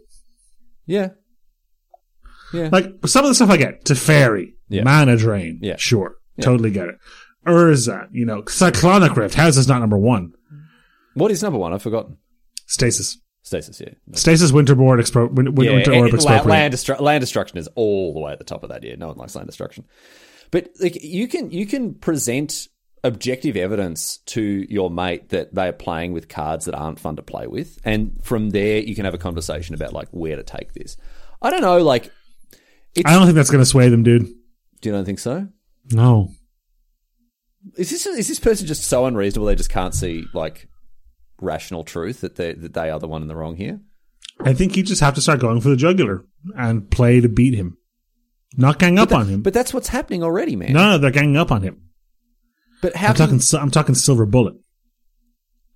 [SPEAKER 1] Yeah. Yeah.
[SPEAKER 2] Like some of the stuff I get, Teferi,
[SPEAKER 1] Yeah.
[SPEAKER 2] Mana Drain,
[SPEAKER 1] Yeah.
[SPEAKER 2] sure, totally get it. Urza, you know, Cyclonic Rift. How's this not number one?
[SPEAKER 1] What is number one? I've forgotten.
[SPEAKER 2] Stasis.
[SPEAKER 1] Stasis, yeah.
[SPEAKER 2] Stasis Winterboard expro- win- win- Winter Orb
[SPEAKER 1] it- la-
[SPEAKER 2] expropriate.
[SPEAKER 1] land, destru- land destruction is all the way at the top of that. Yeah, no one likes land destruction, but like you can you can present objective evidence to your mate that they are playing with cards that aren't fun to play with, and from there you can have a conversation about like where to take this. I don't know, like
[SPEAKER 2] I don't think that's going to sway them, dude.
[SPEAKER 1] do you don't think so?
[SPEAKER 2] No.
[SPEAKER 1] Is this is this person just so unreasonable they just can't see like rational truth that they that they are the one in the wrong here?
[SPEAKER 2] I think you just have to start going for the jugular and play to beat him. Not gang up on him.
[SPEAKER 1] But that's what's happening already, man.
[SPEAKER 2] no, no, they're ganging up on him.
[SPEAKER 1] but how
[SPEAKER 2] I'm
[SPEAKER 1] can-
[SPEAKER 2] talking, si- I'm talking silver bullet.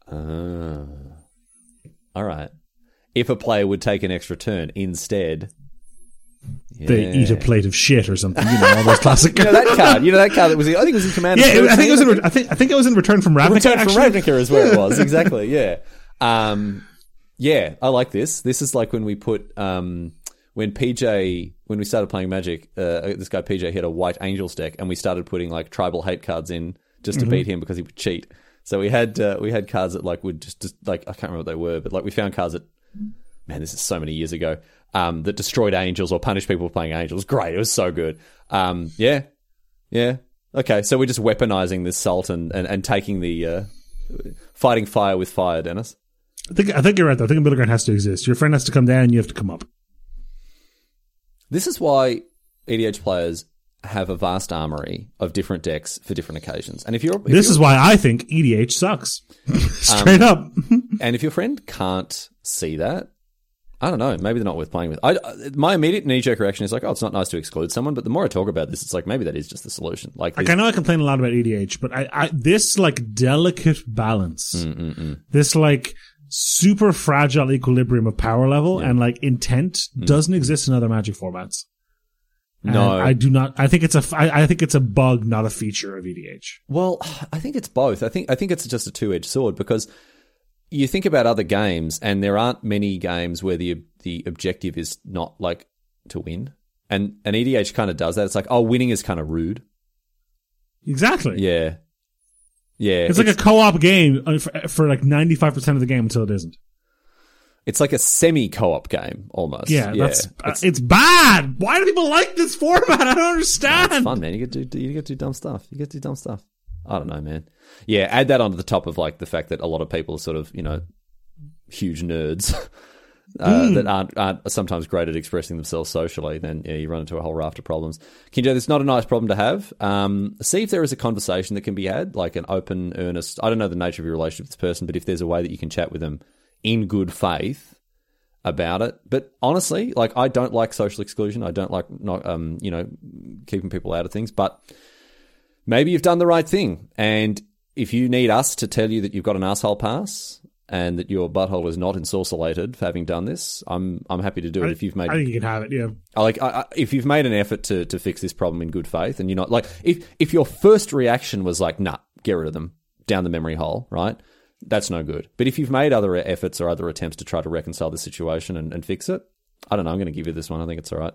[SPEAKER 1] Ah. All right. If a player would take an extra turn instead,
[SPEAKER 2] They
[SPEAKER 1] Yeah.
[SPEAKER 2] eat a plate of shit or something. You know, all those classic.
[SPEAKER 1] You know that card. You know that card that was. I think it was in Commander.
[SPEAKER 2] yeah, it- I think it was. In,
[SPEAKER 1] Thirteen,
[SPEAKER 2] re- I think I think it was in return from Ravnica.
[SPEAKER 1] Return from
[SPEAKER 2] actually.
[SPEAKER 1] Ravnica is where it was exactly. Yeah. Um. Yeah, I like this. This is like when we put um when PJ when we started playing Magic. Uh, this guy PJ had a White Angels deck, and we started putting like tribal hate cards in just
[SPEAKER 2] Mm-hmm.
[SPEAKER 1] to beat him because he would cheat. So we had uh, we had cards that like would just, just like I can't remember what they were, but like we found cards that man, this is so many years ago, um, that destroyed angels or punished people for playing angels. Great, it was so good. Um, yeah, yeah. Okay, so we're just weaponizing this salt and, and, and taking the uh, fighting fire with fire, Dennis.
[SPEAKER 2] I think I think you're right. Though. I think a middle ground has to exist. Your friend has to come down, and you have to come up.
[SPEAKER 1] This is why EDH players have a vast armory of different decks for different occasions. And if you're if
[SPEAKER 2] This
[SPEAKER 1] you're-
[SPEAKER 2] is why I think EDH sucks. Straight up.
[SPEAKER 1] and if your friend can't see that, I don't know. Maybe they're not worth playing with. I, I- my immediate knee jerk reaction is like, oh, it's not nice to exclude someone. But the more I talk about this, it's like maybe that is just the solution. Like,
[SPEAKER 2] Like, I know I complain a lot about EDH, but I, I this like delicate balance,
[SPEAKER 1] Mm,
[SPEAKER 2] this like super fragile equilibrium of power level and like intent doesn't exist in other Magic formats. And
[SPEAKER 1] Mm. No.
[SPEAKER 2] I do not. I think it's a. f- I, I think it's a bug, not a feature of E EDH.
[SPEAKER 1] Well, I think it's both. I think I think it's just a two-edged sword because you think about other games, and there aren't many games where the the objective is not like to win, and and E EDH kind of does that. It's like, oh, winning is kind of rude.
[SPEAKER 2] Exactly.
[SPEAKER 1] Yeah, yeah.
[SPEAKER 2] It's, like a co-op game uh, for, for like ninety five percent of the game until it isn't.
[SPEAKER 1] it's like a semi co-op game almost.
[SPEAKER 2] Yeah, that's uh,
[SPEAKER 1] it's,
[SPEAKER 2] it's, bad. Why do people like this format? I don't understand.
[SPEAKER 1] it's fun, man. You get to do you get to do dumb stuff. You get to do dumb stuff. I don't know, man. Yeah, add that onto the top of like the fact that a lot of people are sort of you know huge nerds uh, that aren't aren't sometimes great at expressing themselves socially. Then yeah, you run into a whole raft of problems. Kinjo, it's not a nice problem to have. Um, see if there is a conversation that can be had, like an open, earnest. I don't know the nature of your relationship with this person, but if there's a way that you can chat with them in good faith about it. But honestly, like I don't like social exclusion. I don't like not um you know keeping people out of things. But maybe you've done the right thing, and if you need us to tell you that you've got an asshole pass and that your butthole is not ensorcellated for having done this, I'm I'm happy to do it. If you've made
[SPEAKER 2] I think you can have it. Yeah.
[SPEAKER 1] I like I, I, if you've made an effort to to fix this problem in good faith, and you're not like if if your first reaction was like, nah, get rid of them down the memory hole, right? That's no good. But if you've made other e, efforts or other attempts to try to reconcile the situation and, and fix it, I don't know. I'm going to give you this one. I think it's all right.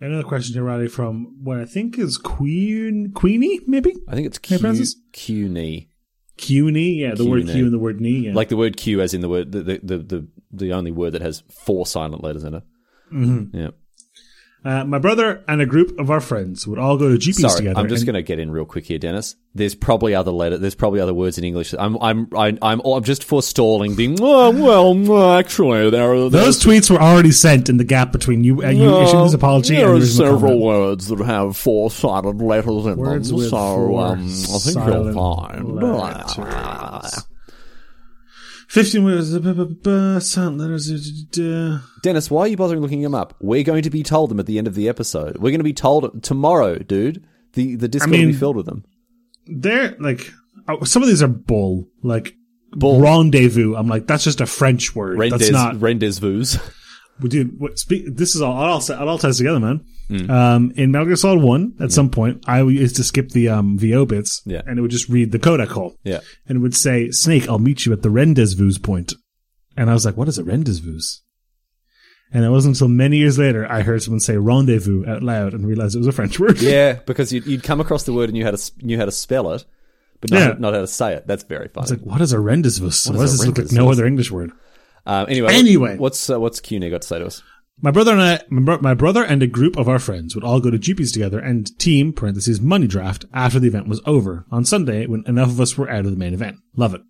[SPEAKER 2] Another question here, Riley, from what I think is Queen Queenie, maybe
[SPEAKER 1] I think it's
[SPEAKER 2] Hey,
[SPEAKER 1] Q
[SPEAKER 2] Francis?
[SPEAKER 1] CUNY,
[SPEAKER 2] CUNY. Yeah, the word
[SPEAKER 1] CUNY.
[SPEAKER 2] Q and the word knee. Yeah.
[SPEAKER 1] like the word Q, as in the word the the the, the, the only word that has four silent letters in it. Mm-hmm. Yeah.
[SPEAKER 2] uh, my brother and a group of our friends would all go to GPs
[SPEAKER 1] Sorry,
[SPEAKER 2] together.
[SPEAKER 1] I'm just
[SPEAKER 2] and-
[SPEAKER 1] going to get in real quick here, Dennis. There's probably other letter. There's probably other words in English. I'm I'm I'm I'm, I'm just forestalling the. "Oh, well, no, actually, there are
[SPEAKER 2] Those tweets were already sent in the gap between you and you
[SPEAKER 1] there's-
[SPEAKER 2] issuing this apology
[SPEAKER 1] uh, There
[SPEAKER 2] and
[SPEAKER 1] are
[SPEAKER 2] the original
[SPEAKER 1] several
[SPEAKER 2] comment.
[SPEAKER 1] words that have four sided letters in
[SPEAKER 2] words
[SPEAKER 1] them, so
[SPEAKER 2] with four
[SPEAKER 1] um, I think you'll
[SPEAKER 2] silent
[SPEAKER 1] find.
[SPEAKER 2] letters. Fifteen words, uh, bu- bu- bu- silent letters. uh, duh, duh, duh.
[SPEAKER 1] Dennis, why are you bothering looking them up? We're going to be told them at the end of the episode. We're going to be told tomorrow, dude. The the Discord will
[SPEAKER 2] mean-
[SPEAKER 1] be filled with them.
[SPEAKER 2] They're like oh, some of these are bull, like
[SPEAKER 1] Bull.
[SPEAKER 2] rendezvous. I'm like, that's just a French word. that's not
[SPEAKER 1] rendezvous.
[SPEAKER 2] Well, dude, what, speak, this is all it all, it all ties together, man.
[SPEAKER 1] Hmm.
[SPEAKER 2] Um, in Metal Gear Solid One, at some point, I used to skip the um, VO bits,
[SPEAKER 1] Yeah.
[SPEAKER 2] and it would just read the codec call,
[SPEAKER 1] yeah.
[SPEAKER 2] and it would say, "Snake, I'll meet you at the rendezvous point." And I was like, "What is a rendezvous?" And it wasn't until many years later I heard someone say "rendezvous" out loud and realized it was a French word.
[SPEAKER 1] Yeah, because you'd, you'd come across the word and you had to s- knew how to spell it, but not,
[SPEAKER 2] Yeah.
[SPEAKER 1] not how to say it. That's very funny.
[SPEAKER 2] It's like, what is a rendezvous? Why
[SPEAKER 1] is
[SPEAKER 2] does
[SPEAKER 1] a
[SPEAKER 2] this look like
[SPEAKER 1] rendezvous?
[SPEAKER 2] no other English word?
[SPEAKER 1] um, anyway,
[SPEAKER 2] Anyway.
[SPEAKER 1] what's uh, what's CUNY got to say to us?
[SPEAKER 2] My brother and I, my bro- my brother and a group of our friends would all go to GPs together and team (parentheses money draft) after the event was over on Sunday when enough of us were out of the main event. Love it.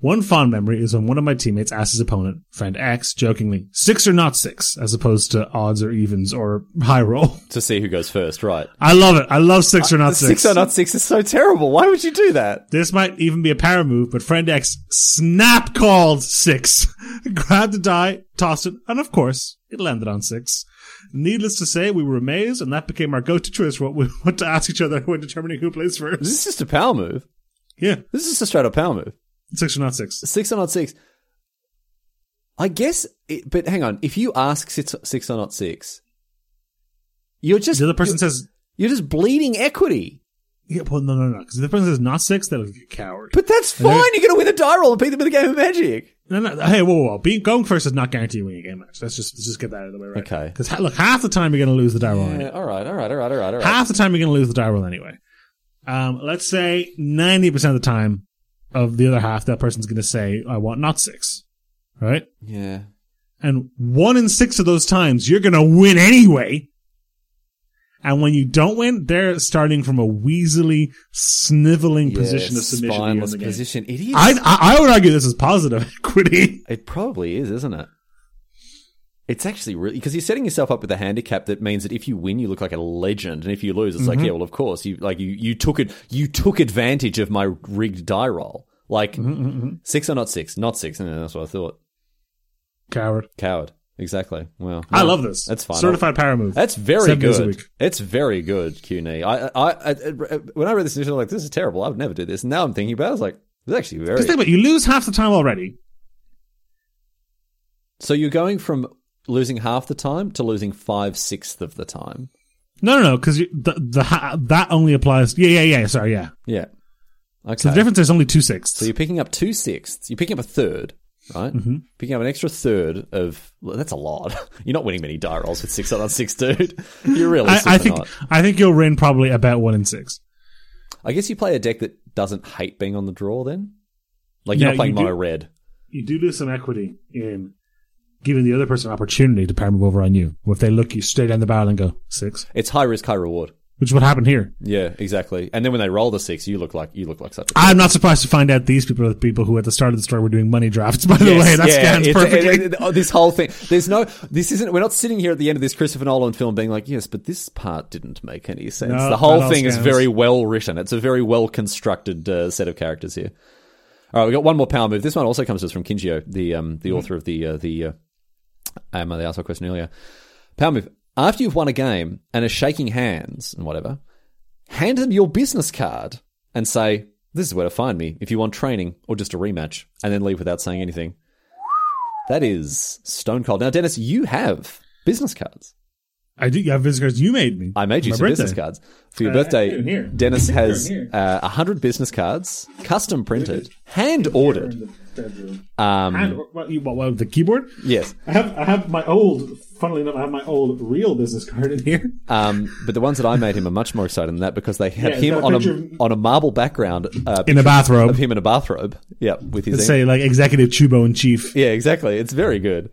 [SPEAKER 2] One fond memory is when one of my teammates asked his opponent, friend X, jokingly, six or not six, as opposed to odds or evens or high roll.
[SPEAKER 1] To see who goes first, right?
[SPEAKER 2] I love it. I love six or not Uh, six.
[SPEAKER 1] Six or not six is so terrible. Why would you do that?
[SPEAKER 2] This might even be a power move, but Friend X snap called six, grabbed the die, tossed it, and of course, it landed on six. Needless to say, we were amazed, and that became our go-to choice for what we what to ask each other when determining who plays first.
[SPEAKER 1] This is just a power move.
[SPEAKER 2] Yeah,
[SPEAKER 1] This is just a straight up power move.
[SPEAKER 2] six or not six.
[SPEAKER 1] Six or not six. I guess, it, but hang on. If you ask six, six or not six, you're just
[SPEAKER 2] The other person says,
[SPEAKER 1] you're just bleeding equity.
[SPEAKER 2] "Yeah, well, no, no, no," because the other person says not six, that'll be a coward.
[SPEAKER 1] But that's fine. You're going to win a die roll and beat them in a game of magic.
[SPEAKER 2] No, no. Hey, whoa, whoa, whoa. Being, going first is not guaranteed winning a game match. Let's just let's just get that out of the way, right?
[SPEAKER 1] Okay.
[SPEAKER 2] Because look, half the time you're going to lose the die roll.
[SPEAKER 1] Yeah, all right, all right, all right, all right, all right.
[SPEAKER 2] half the time you're going to lose the die roll anyway. Um, let's say 90% of the time of the other half, that person's going to say, I want not six. Right?
[SPEAKER 1] Yeah.
[SPEAKER 2] And one in six of those times, you're going to win anyway. And when you don't win, they're starting from a weaselly, sniveling position of
[SPEAKER 1] Yes,
[SPEAKER 2] submission. to you in
[SPEAKER 1] spineless
[SPEAKER 2] the game.
[SPEAKER 1] position. It is.
[SPEAKER 2] I, I I would argue this is positive equity.
[SPEAKER 1] It probably is, isn't it? It's actually really because you're setting yourself up with a handicap that means that if you win, you look like a legend, and if you lose, it's
[SPEAKER 2] Mm-hmm.
[SPEAKER 1] like yeah, well, of course you like you you took it you took advantage of my rigged die roll. Like
[SPEAKER 2] Mm-hmm,
[SPEAKER 1] six or not six, not six. No, that's what I thought.
[SPEAKER 2] Coward.
[SPEAKER 1] Coward. Exactly. Wow.
[SPEAKER 2] I love this.
[SPEAKER 1] That's fine.
[SPEAKER 2] Certified power move.
[SPEAKER 1] That's very
[SPEAKER 2] Seven days a
[SPEAKER 1] good.
[SPEAKER 2] week.
[SPEAKER 1] It's very good, CUNY. I, I, I, I, when I read this initially, I was like, this is terrible. I would never do this. Now I'm thinking about it. I was like, this is actually very.
[SPEAKER 2] Just think about it, you lose half the time already.
[SPEAKER 1] so you're going from losing half the time to losing five sixths of the time.
[SPEAKER 2] No, no, no, because the, the ha- that only applies. Yeah, yeah, yeah. Sorry, yeah.
[SPEAKER 1] Yeah. Okay.
[SPEAKER 2] So the difference is only two sixths.
[SPEAKER 1] So you're picking up two sixths. You're picking up a third, right? Mm-hmm. Picking up an extra third of well, that's a lot. You're not winning many die rolls with six out of six, dude. You're really.
[SPEAKER 2] I, I
[SPEAKER 1] super
[SPEAKER 2] think
[SPEAKER 1] not.
[SPEAKER 2] I think you'll win probably about one in six.
[SPEAKER 1] I guess you play a deck that doesn't hate being on the draw. Then, like
[SPEAKER 2] Yeah,
[SPEAKER 1] you're not playing
[SPEAKER 2] you do-
[SPEAKER 1] mono red.
[SPEAKER 2] You do lose some equity in giving the other person an opportunity to power move over on you. If they look you straight down the barrel and go six,
[SPEAKER 1] It's high risk, high reward.
[SPEAKER 2] which is what happened here.
[SPEAKER 1] Yeah, exactly. And then when they roll the six, you look like you look like such. a
[SPEAKER 2] I'm not surprised to find out these people are the people who at the start of the story were doing money drafts. By the
[SPEAKER 1] Yes,
[SPEAKER 2] way, that
[SPEAKER 1] yeah,
[SPEAKER 2] scans
[SPEAKER 1] it's-
[SPEAKER 2] perfectly.
[SPEAKER 1] it- it- oh, this whole thing. There's no. This isn't. We're not sitting here at the end of this Christopher Nolan film being like, yes, but this part didn't make any sense.
[SPEAKER 2] No,
[SPEAKER 1] the
[SPEAKER 2] that
[SPEAKER 1] whole
[SPEAKER 2] all
[SPEAKER 1] thing is
[SPEAKER 2] scans.
[SPEAKER 1] very well written. It's a very well constructed uh, set of characters here. All right, we got one more power move. This one also comes to us from Kinjio, the um,
[SPEAKER 2] Mm-hmm.
[SPEAKER 1] the author of the uh, the. Uh, um, the asshole question earlier. Power move. After you've won a game and are shaking hands and whatever, hand them your business card and say, This is where to find me if you want training or just a rematch, and then leave without saying anything. That is stone cold. Now, Dennis, you have business cards.
[SPEAKER 2] I do. You have business cards. You made me.
[SPEAKER 1] I made you
[SPEAKER 2] My
[SPEAKER 1] some
[SPEAKER 2] birthday.
[SPEAKER 1] business cards. For your
[SPEAKER 2] Uh,
[SPEAKER 1] birthday,
[SPEAKER 2] here, here.
[SPEAKER 1] Dennis has
[SPEAKER 2] Here,
[SPEAKER 1] uh, 100 business cards, custom printed, hand ordered. Um,
[SPEAKER 2] uh, And uh, well, you, well, well, the keyboard.
[SPEAKER 1] yes.
[SPEAKER 2] I have I have my old. Funnily enough, I have my old real business card in here.
[SPEAKER 1] Um, but the ones that I made him are much more exciting than that because they have
[SPEAKER 2] Yeah, is
[SPEAKER 1] him
[SPEAKER 2] that a
[SPEAKER 1] on a
[SPEAKER 2] picture of-
[SPEAKER 1] on a marble background uh,
[SPEAKER 2] In a
[SPEAKER 1] of
[SPEAKER 2] bathrobe,
[SPEAKER 1] him in a bathrobe. Yeah, with his
[SPEAKER 2] say like executive chubo in chief.
[SPEAKER 1] yeah, exactly. It's very good.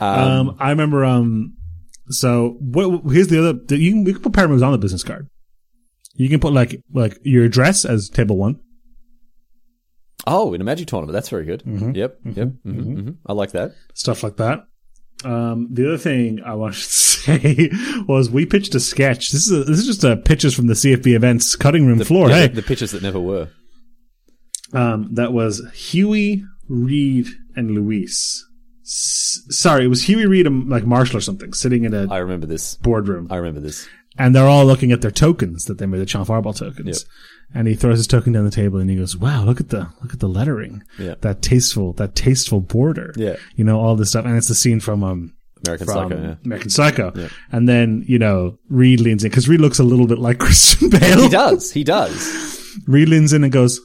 [SPEAKER 2] Um, I remember. Um, so what, here's the other. You can, you can put power moves on the business card. You can put like like your address as table one.
[SPEAKER 1] Oh, in a magic tournament, that's very good.
[SPEAKER 2] Mm-hmm.
[SPEAKER 1] Yep, yep. hmm hmm I like that.
[SPEAKER 2] stuff like that. Um, the other thing I wanted to say was we pitched a sketch. This is a, this is just a pitches from the CFB events cutting room floor.
[SPEAKER 1] Yeah,
[SPEAKER 2] hey,
[SPEAKER 1] the, the pictures that never were.
[SPEAKER 2] um, that was Huey, Reed, and Luis. S- sorry, it was Huey, Reed, and like Marshall or something sitting in a
[SPEAKER 1] I remember this.
[SPEAKER 2] boardroom,
[SPEAKER 1] I remember this.
[SPEAKER 2] and they're all looking at their tokens that they made the Chomp Arbol tokens. And he throws his token down the table, and he goes, "Wow, look at the look at the lettering.
[SPEAKER 1] Yeah.
[SPEAKER 2] That tasteful, that tasteful border.
[SPEAKER 1] Yeah.
[SPEAKER 2] you know all this stuff." And it's the scene from um,
[SPEAKER 1] American
[SPEAKER 2] from
[SPEAKER 1] Psycho. Yeah.
[SPEAKER 2] American Psycho. And then, you know, Reed leans in because Reed looks a little bit like Christian Bale.
[SPEAKER 1] He does. He does.
[SPEAKER 2] Reed leans in and goes,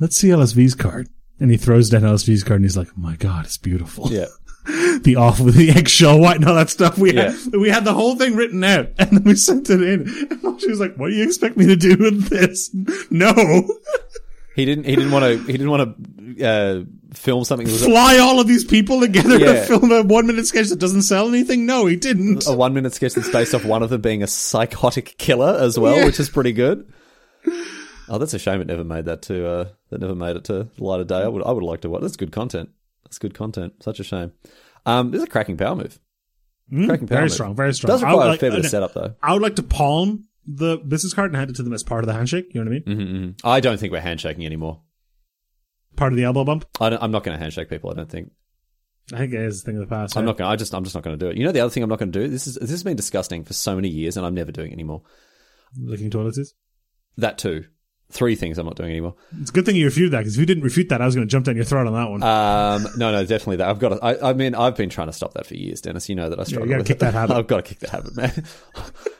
[SPEAKER 2] Let's see LSV's card. And he throws down LSV's card and he's like, My God, it's beautiful.
[SPEAKER 1] Yeah.
[SPEAKER 2] The awful, the eggshell white and all that stuff. We had
[SPEAKER 1] Yeah.
[SPEAKER 2] we had the whole thing written out and then we sent it in. And she was like, What do you expect me to do with this? No.
[SPEAKER 1] He didn't. He didn't want to. He didn't want to uh, film something that was a,
[SPEAKER 2] Fly all of these people together to
[SPEAKER 1] Yeah. Oh,
[SPEAKER 2] film a one minute sketch that doesn't sell anything? No, he didn't.
[SPEAKER 1] a one-minute sketch that's based off one of them being a psychotic killer as well,
[SPEAKER 2] Yeah.
[SPEAKER 1] which is pretty good. Oh, that's a shame it never made that to. Uh, that never made it to the light of day. I would. I would like to watch. That's good content. That's good content. Such a shame. Um, this is a cracking power move. cracking power
[SPEAKER 2] Mm, very
[SPEAKER 1] move.
[SPEAKER 2] strong, very strong.
[SPEAKER 1] Does
[SPEAKER 2] I
[SPEAKER 1] require
[SPEAKER 2] would
[SPEAKER 1] a fair
[SPEAKER 2] like-
[SPEAKER 1] bit of
[SPEAKER 2] uh,
[SPEAKER 1] setup though.
[SPEAKER 2] I would like to palm the business card and hand it to them as part of the handshake. You know what I mean?
[SPEAKER 1] Mm-hmm, I don't think we're handshaking anymore. Mm.
[SPEAKER 2] Part of the elbow bump.
[SPEAKER 1] I don't, I'm not going to handshake people. I don't think.
[SPEAKER 2] I think it is a thing of the past.
[SPEAKER 1] I'm
[SPEAKER 2] yeah.
[SPEAKER 1] not going. I just. I'm just not going to do it. You know the other thing I'm not going to do. This is. This has been disgusting for so many years, and I'm never doing it anymore.
[SPEAKER 2] looking towards this.
[SPEAKER 1] That too. Three things I'm not doing anymore.
[SPEAKER 2] It's a good thing you refuted that because if you didn't refute that, I was going to jump down your throat on that one.
[SPEAKER 1] Um, no, no, definitely that. I've got. To, I, I mean, I've been trying to stop that for years, Dennis. You know that I struggle.
[SPEAKER 2] gotta
[SPEAKER 1] with
[SPEAKER 2] kick
[SPEAKER 1] it.
[SPEAKER 2] that habit.
[SPEAKER 1] I've got to kick that habit, man.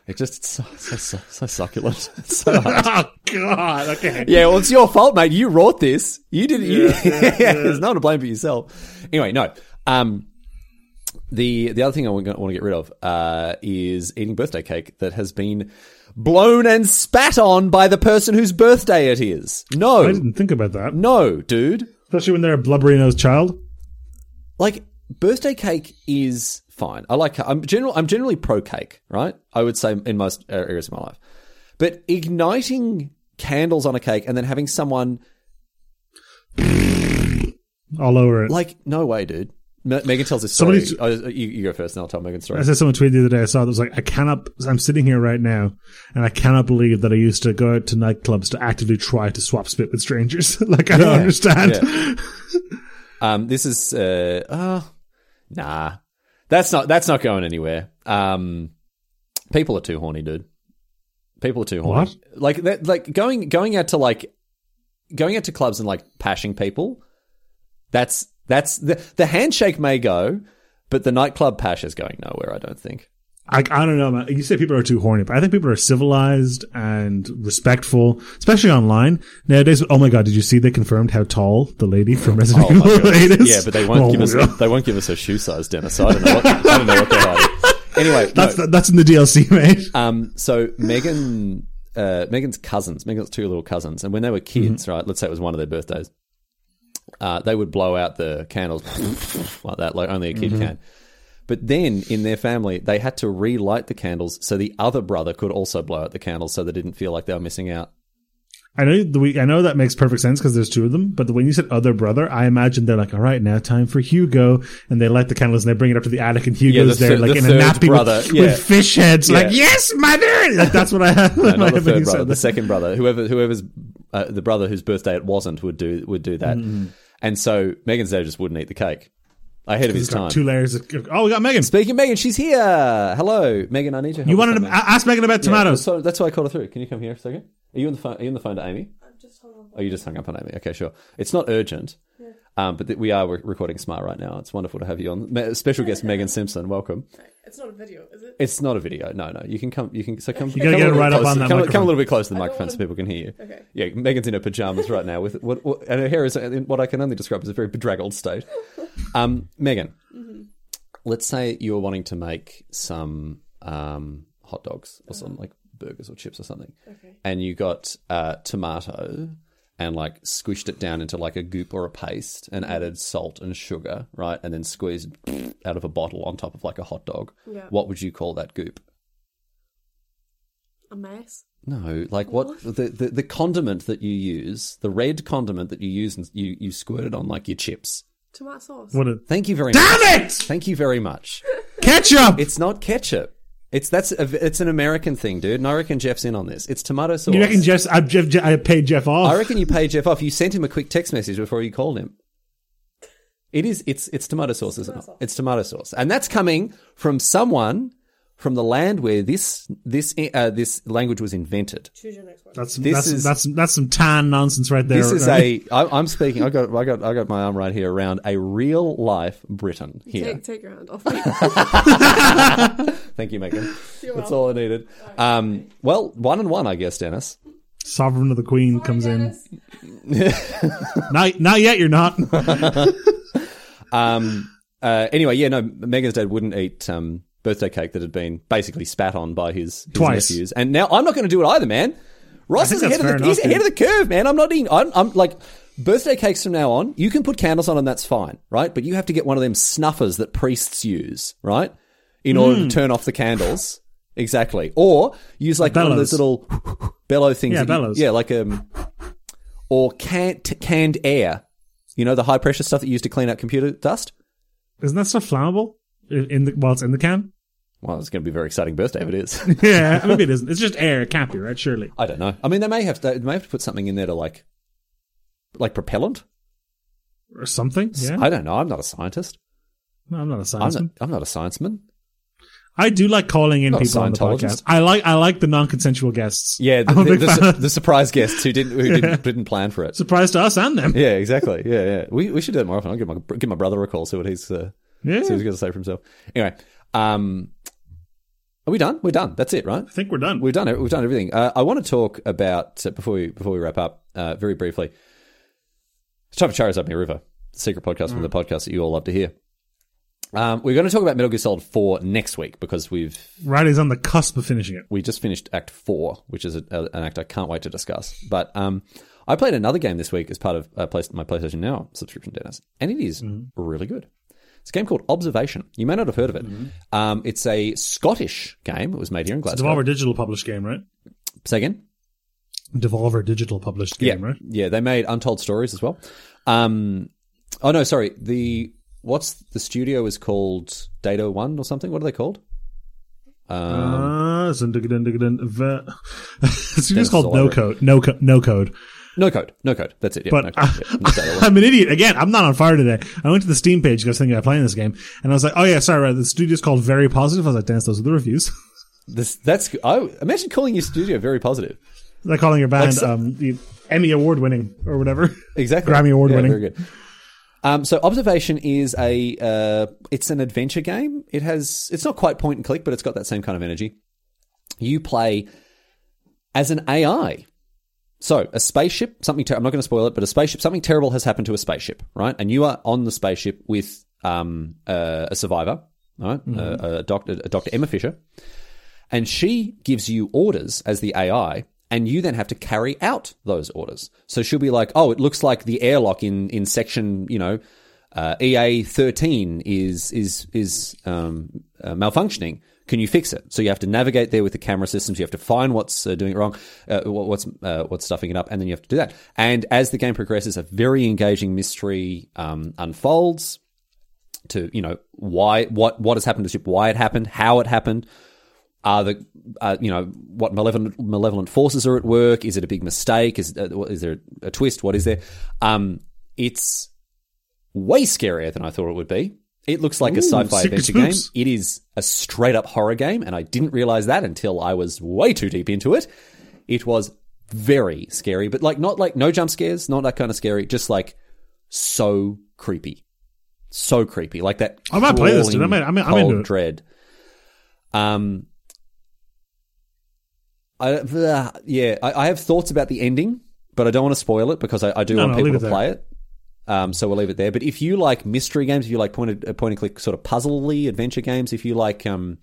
[SPEAKER 1] It just it's so so, so, so succulent. It's so hard.
[SPEAKER 2] oh God! Okay.
[SPEAKER 1] Yeah, well, it's your fault, mate. You wrought this. You did. You,
[SPEAKER 2] Yeah, yeah, yeah.
[SPEAKER 1] There's no one to blame but yourself. Anyway, no. Um, the the other thing I want to get rid of uh, is eating birthday cake that has been blown and spat on by the person whose birthday it is.
[SPEAKER 2] I
[SPEAKER 1] No,
[SPEAKER 2] didn't think about that,
[SPEAKER 1] no, dude.
[SPEAKER 2] especially when they're a blubbery nosed child.
[SPEAKER 1] like birthday cake is fine. I like. I'm general. I'm generally pro cake, right? I would say in most areas of my life, but igniting candles on a cake and then having someone
[SPEAKER 2] all over it.
[SPEAKER 1] like, no way, dude. Me- Megan tells this story.
[SPEAKER 2] Somebody-
[SPEAKER 1] Oh, you, you go first, and I'll tell Megan's story.
[SPEAKER 2] I said someone tweeted the other day. I saw it, it was like I cannot. I'm sitting here right now, and I cannot believe that I used to go out to nightclubs to actively try to swap spit with strangers. like I don't understand.
[SPEAKER 1] Um, this is uh, uh nah. That's not that's not going anywhere. Um, people are too horny, dude. People are too horny.
[SPEAKER 2] What?
[SPEAKER 1] Like that like going going out to like going out to clubs and like pashing people. That's that's the the handshake may go, but the nightclub pash is going nowhere, I don't think.
[SPEAKER 2] I, I don't know. Man. You say people are too horny, but I think people are civilized and respectful, especially online nowadays. Oh my god, did you see they confirmed how tall the lady from Resident
[SPEAKER 1] Oh, my
[SPEAKER 2] Evil
[SPEAKER 1] God.
[SPEAKER 2] 8 is?
[SPEAKER 1] Yeah, but they won't
[SPEAKER 2] Oh
[SPEAKER 1] give
[SPEAKER 2] my
[SPEAKER 1] us
[SPEAKER 2] God.
[SPEAKER 1] they won't give us a shoe size, Dennis. So I don't know what I don't know what they're hiding. Anyway, no.
[SPEAKER 2] That's that's in the DLC, mate.
[SPEAKER 1] Um, so Megan, uh, Megan's cousins, Megan's two little cousins, and when they were kids,
[SPEAKER 2] Mm-hmm.
[SPEAKER 1] right? Let's say it was one of their birthdays. Uh, they would blow out the candles like that, like only a
[SPEAKER 2] Mm-hmm.
[SPEAKER 1] kid can. But then in their family, they had to relight the candles so the other brother could also blow out the candles, so they didn't feel like they were missing out.
[SPEAKER 2] I know the, we, I know that makes perfect sense because there's two of them. But when you said other brother, I imagine they're like, all right, now time for Hugo, and they light the candles and they bring it up to the attic, and Hugo's
[SPEAKER 1] the
[SPEAKER 2] there
[SPEAKER 1] thir-
[SPEAKER 2] like
[SPEAKER 1] the
[SPEAKER 2] in a
[SPEAKER 1] third
[SPEAKER 2] nappy
[SPEAKER 1] brother,
[SPEAKER 2] with,
[SPEAKER 1] yeah.
[SPEAKER 2] with fish heads, like
[SPEAKER 1] Yeah.
[SPEAKER 2] yes, mother. Like that's what I had.
[SPEAKER 1] No, not the
[SPEAKER 2] when you
[SPEAKER 1] third
[SPEAKER 2] said
[SPEAKER 1] brother, the
[SPEAKER 2] that.
[SPEAKER 1] second brother, whoever whoever's uh, the brother whose birthday it wasn't would do would do that.
[SPEAKER 2] Mm-hmm.
[SPEAKER 1] And so Megan's dad just wouldn't eat the cake ahead of his
[SPEAKER 2] It's got
[SPEAKER 1] time.
[SPEAKER 2] Two layers. Of, oh, we got Megan.
[SPEAKER 1] Speaking of Megan, she's here. Hello, Megan. I need your help.
[SPEAKER 2] You
[SPEAKER 1] with
[SPEAKER 2] wanted to
[SPEAKER 1] something.
[SPEAKER 2] a- ask Megan about tomatoes.
[SPEAKER 1] So that's why I called her through. Can you come here a second? Are you on the phone? Are you on the phone to Amy? I'm just hung up. Oh, you just hung up on Amy. Okay, sure. It's not urgent, um, but th- we are re- recording smart right now. It's wonderful to have you on. Me- special guest Megan Simpson, welcome.
[SPEAKER 4] It's not a video, is it?
[SPEAKER 1] It's not a video. No, no. You can come. You can. So come. You
[SPEAKER 2] gotta get it right up on
[SPEAKER 1] Come,
[SPEAKER 2] that
[SPEAKER 1] come
[SPEAKER 2] microphone.
[SPEAKER 1] a little bit closer to the
[SPEAKER 4] don't
[SPEAKER 1] microphone so
[SPEAKER 4] wanna-
[SPEAKER 1] people can hear you.
[SPEAKER 4] Okay.
[SPEAKER 1] Yeah, Megan's in her pajamas right now with what, what and her hair is in what I can only describe as a very bedraggled state. Um, Megan,
[SPEAKER 4] Mm-hmm.
[SPEAKER 1] let's say you're wanting to make some um, hot dogs or some like burgers or chips or something,
[SPEAKER 4] Uh-huh. Okay.
[SPEAKER 1] and you got uh, tomato and like squished it down into like a goop or a paste and
[SPEAKER 4] Mm-hmm.
[SPEAKER 1] added salt and sugar, right, and then squeezed out of a bottle on top of like a hot dog.
[SPEAKER 4] Yeah.
[SPEAKER 1] What would you call that goop?
[SPEAKER 4] A mess.
[SPEAKER 1] No, like what the, the the condiment that you use, the red condiment that you use, and you you squirt it on like your chips.
[SPEAKER 4] Tomato sauce.
[SPEAKER 2] What a-
[SPEAKER 1] Thank you very much.
[SPEAKER 2] Damn it!
[SPEAKER 1] Thank you very much.
[SPEAKER 2] Ketchup.
[SPEAKER 1] It's not ketchup. It's that's a, it's an American thing, dude. And I reckon Jeff's in on this. It's tomato sauce.
[SPEAKER 2] you reckon Jeff? I, Jeff, Jeff? I paid Jeff off.
[SPEAKER 1] I reckon you pay Jeff off. You sent him a quick text message before you called him. It is. It's it's tomato sauce, isn't it? It's tomato sauce, and that's coming from someone from the land where this this uh, this language was invented.
[SPEAKER 4] Choose your next one.
[SPEAKER 2] that's
[SPEAKER 1] this
[SPEAKER 2] that's,
[SPEAKER 1] is-
[SPEAKER 2] that's that's some tan nonsense right there.
[SPEAKER 1] This is
[SPEAKER 2] right?
[SPEAKER 1] a. I, I'm speaking. I got. I got. I got my arm right here around a real life Briton here.
[SPEAKER 4] Take, take your hand off.
[SPEAKER 1] Thank you, Megan. That's all I needed. Um, well, one and one, I guess, Dennis.
[SPEAKER 2] sovereign of the queen comes in. Not not yet. You're not.
[SPEAKER 1] Um, uh, anyway, yeah, no. Megan's dad wouldn't eat um, birthday cake that had been basically spat on by his, his
[SPEAKER 2] Twice.
[SPEAKER 1] nephews, and now I'm not going to do it either, man. Ross
[SPEAKER 2] I
[SPEAKER 1] is
[SPEAKER 2] think
[SPEAKER 1] ahead
[SPEAKER 2] that's
[SPEAKER 1] of the.
[SPEAKER 2] fair
[SPEAKER 1] he's
[SPEAKER 2] enough,
[SPEAKER 1] ahead of the curve, man. I'm not eating. I'm, I'm like. Birthday cakes from now on, you can put candles on and that's fine, right? But you have to get one of them snuffers that priests use, right? In order to
[SPEAKER 2] Hmm.
[SPEAKER 1] turn off the candles. Exactly. Or use like one of those
[SPEAKER 2] Bellows.
[SPEAKER 1] little bellow things.
[SPEAKER 2] Yeah,
[SPEAKER 1] that you-
[SPEAKER 2] bellows.
[SPEAKER 1] yeah, like um, or can, t- canned air. You know the high pressure stuff that you use to clean out computer dust.
[SPEAKER 2] Isn't that stuff flammable? In in the while it's in the can.
[SPEAKER 1] Well, it's going to be a very exciting birthday if it is.
[SPEAKER 2] Yeah, maybe it isn't. It's just air. It can't be right. Surely.
[SPEAKER 1] I don't know. I mean, they may have to, they may have to put something in there to like, like propellant.
[SPEAKER 2] or something. Yeah,
[SPEAKER 1] I don't know. I'm not a scientist.
[SPEAKER 2] no, I'm not a
[SPEAKER 1] I'm
[SPEAKER 2] science.
[SPEAKER 1] not, I'm not a scienceman.
[SPEAKER 2] I do like calling in
[SPEAKER 1] Not a
[SPEAKER 2] people on the
[SPEAKER 1] Scientologist.
[SPEAKER 2] podcast. I like I like the non-consensual guests.
[SPEAKER 1] Yeah, the,
[SPEAKER 2] I'm a
[SPEAKER 1] the,
[SPEAKER 2] big
[SPEAKER 1] the,
[SPEAKER 2] fan
[SPEAKER 1] su-
[SPEAKER 2] of-
[SPEAKER 1] the surprise guests who didn't who didn't, didn't plan for it.
[SPEAKER 2] surprise to us and them.
[SPEAKER 1] Yeah, exactly. Yeah, yeah. We, we should do it more often. I'll give my give my brother a call. See what he's uh,
[SPEAKER 2] Yeah.
[SPEAKER 1] see what he's going to say for himself. Anyway, um, are we done? We're done. That's it, right?
[SPEAKER 2] I think we're done.
[SPEAKER 1] We've done it. We've done everything. Uh, I want to talk about uh, before we before we wrap up uh, very briefly. It's time for Charizard Up Me River, the secret podcast from the podcast that you all love to hear. Um, we're going to talk about Metal Gear Solid Four next week because we've
[SPEAKER 2] Riley's on the cusp of finishing it.
[SPEAKER 1] we just finished Act Four, which is a, a- an act I can't wait to discuss. But um, I played another game this week as part of uh, Play- my PlayStation Now subscription, Dennis, and it is really good. It's a game called Observation. You may not have heard of it. Um, it's a Scottish game. It was made here in Glasgow.
[SPEAKER 2] Devolver Digital published game, right?
[SPEAKER 1] Say again?
[SPEAKER 2] Devolver Digital published game,
[SPEAKER 1] yeah.
[SPEAKER 2] right?
[SPEAKER 1] Yeah, they made Untold Stories as well. Um, oh no, sorry. The what's the studio is called Data One or something. What are they called?
[SPEAKER 2] Ah, zundigadundigadun- ve-
[SPEAKER 1] Dennis
[SPEAKER 2] it's just called
[SPEAKER 1] all
[SPEAKER 2] no
[SPEAKER 1] over it.
[SPEAKER 2] code, no code, no code.
[SPEAKER 1] No code. No code. That's it. Yeah,
[SPEAKER 2] But
[SPEAKER 1] no
[SPEAKER 2] uh,
[SPEAKER 1] code. Yeah, it's Data One.
[SPEAKER 2] I'm an idiot again. I'm not on fire today. I went to the Steam page because I was thinking about playing this game, and I was like, "Oh yeah, sorry, right, the studio's called Very Positive." I was like, "Dance, those are the reviews."
[SPEAKER 1] This, that's I imagine calling your studio very positive.
[SPEAKER 2] They're calling your band
[SPEAKER 1] Like so-
[SPEAKER 2] um, the Emmy award winning or whatever.
[SPEAKER 1] Exactly.
[SPEAKER 2] Grammy award
[SPEAKER 1] Yeah,
[SPEAKER 2] winning.
[SPEAKER 1] Very good. Um, so observation is a uh, it's an adventure game. It has it's not quite point and click, but it's got that same kind of energy. You play as an AI. So a spaceship, something. Ter- I'm not going to spoil it, but a spaceship, something terrible has happened to a spaceship, right? And you are on the spaceship with um, uh, a survivor, right?
[SPEAKER 2] Mm-hmm.
[SPEAKER 1] Uh, a doctor, a Doctor Emma Fisher, and she gives you orders as the AI, and you then have to carry out those orders. So she'll be like, "Oh, it looks like the airlock in in section, you know, uh, EA thirteen is is is um, uh, malfunctioning. Can you fix it?" So you have to navigate there with the camera systems. You have to find what's uh, doing it wrong, uh, what- what's uh, what's stuffing it up, and then you have to do that. And as the game progresses, a very engaging mystery um, unfolds. To you know why what what has happened to the ship, why it happened, how it happened, are the uh, you know what malevolent malevolent forces are at work? Is it a big mistake? Is uh, is there a twist? What is there? Um, it's way scarier than I thought it would be. It looks like a sci-fi
[SPEAKER 2] secret
[SPEAKER 1] adventure
[SPEAKER 2] spooks.
[SPEAKER 1] game. It is a straight up horror game, and I didn't realize that until I was way too deep into it. It was very scary, but like not like no jump scares, not that kind of scary. Just like so creepy, so creepy. Like that.
[SPEAKER 2] I might play this, dude. I
[SPEAKER 1] crawling,
[SPEAKER 2] might- I'm- I'm
[SPEAKER 1] cold
[SPEAKER 2] into it.
[SPEAKER 1] dread. Um, I uh, yeah, I, I have thoughts about the ending, but I don't want to spoil it because I, I do
[SPEAKER 2] No,
[SPEAKER 1] want
[SPEAKER 2] no, leave
[SPEAKER 1] people
[SPEAKER 2] it
[SPEAKER 1] to
[SPEAKER 2] there.
[SPEAKER 1] play it. Um, so we'll leave it there. But if you like mystery games, if you like point and, point and click sort of puzzly adventure games, if you like um,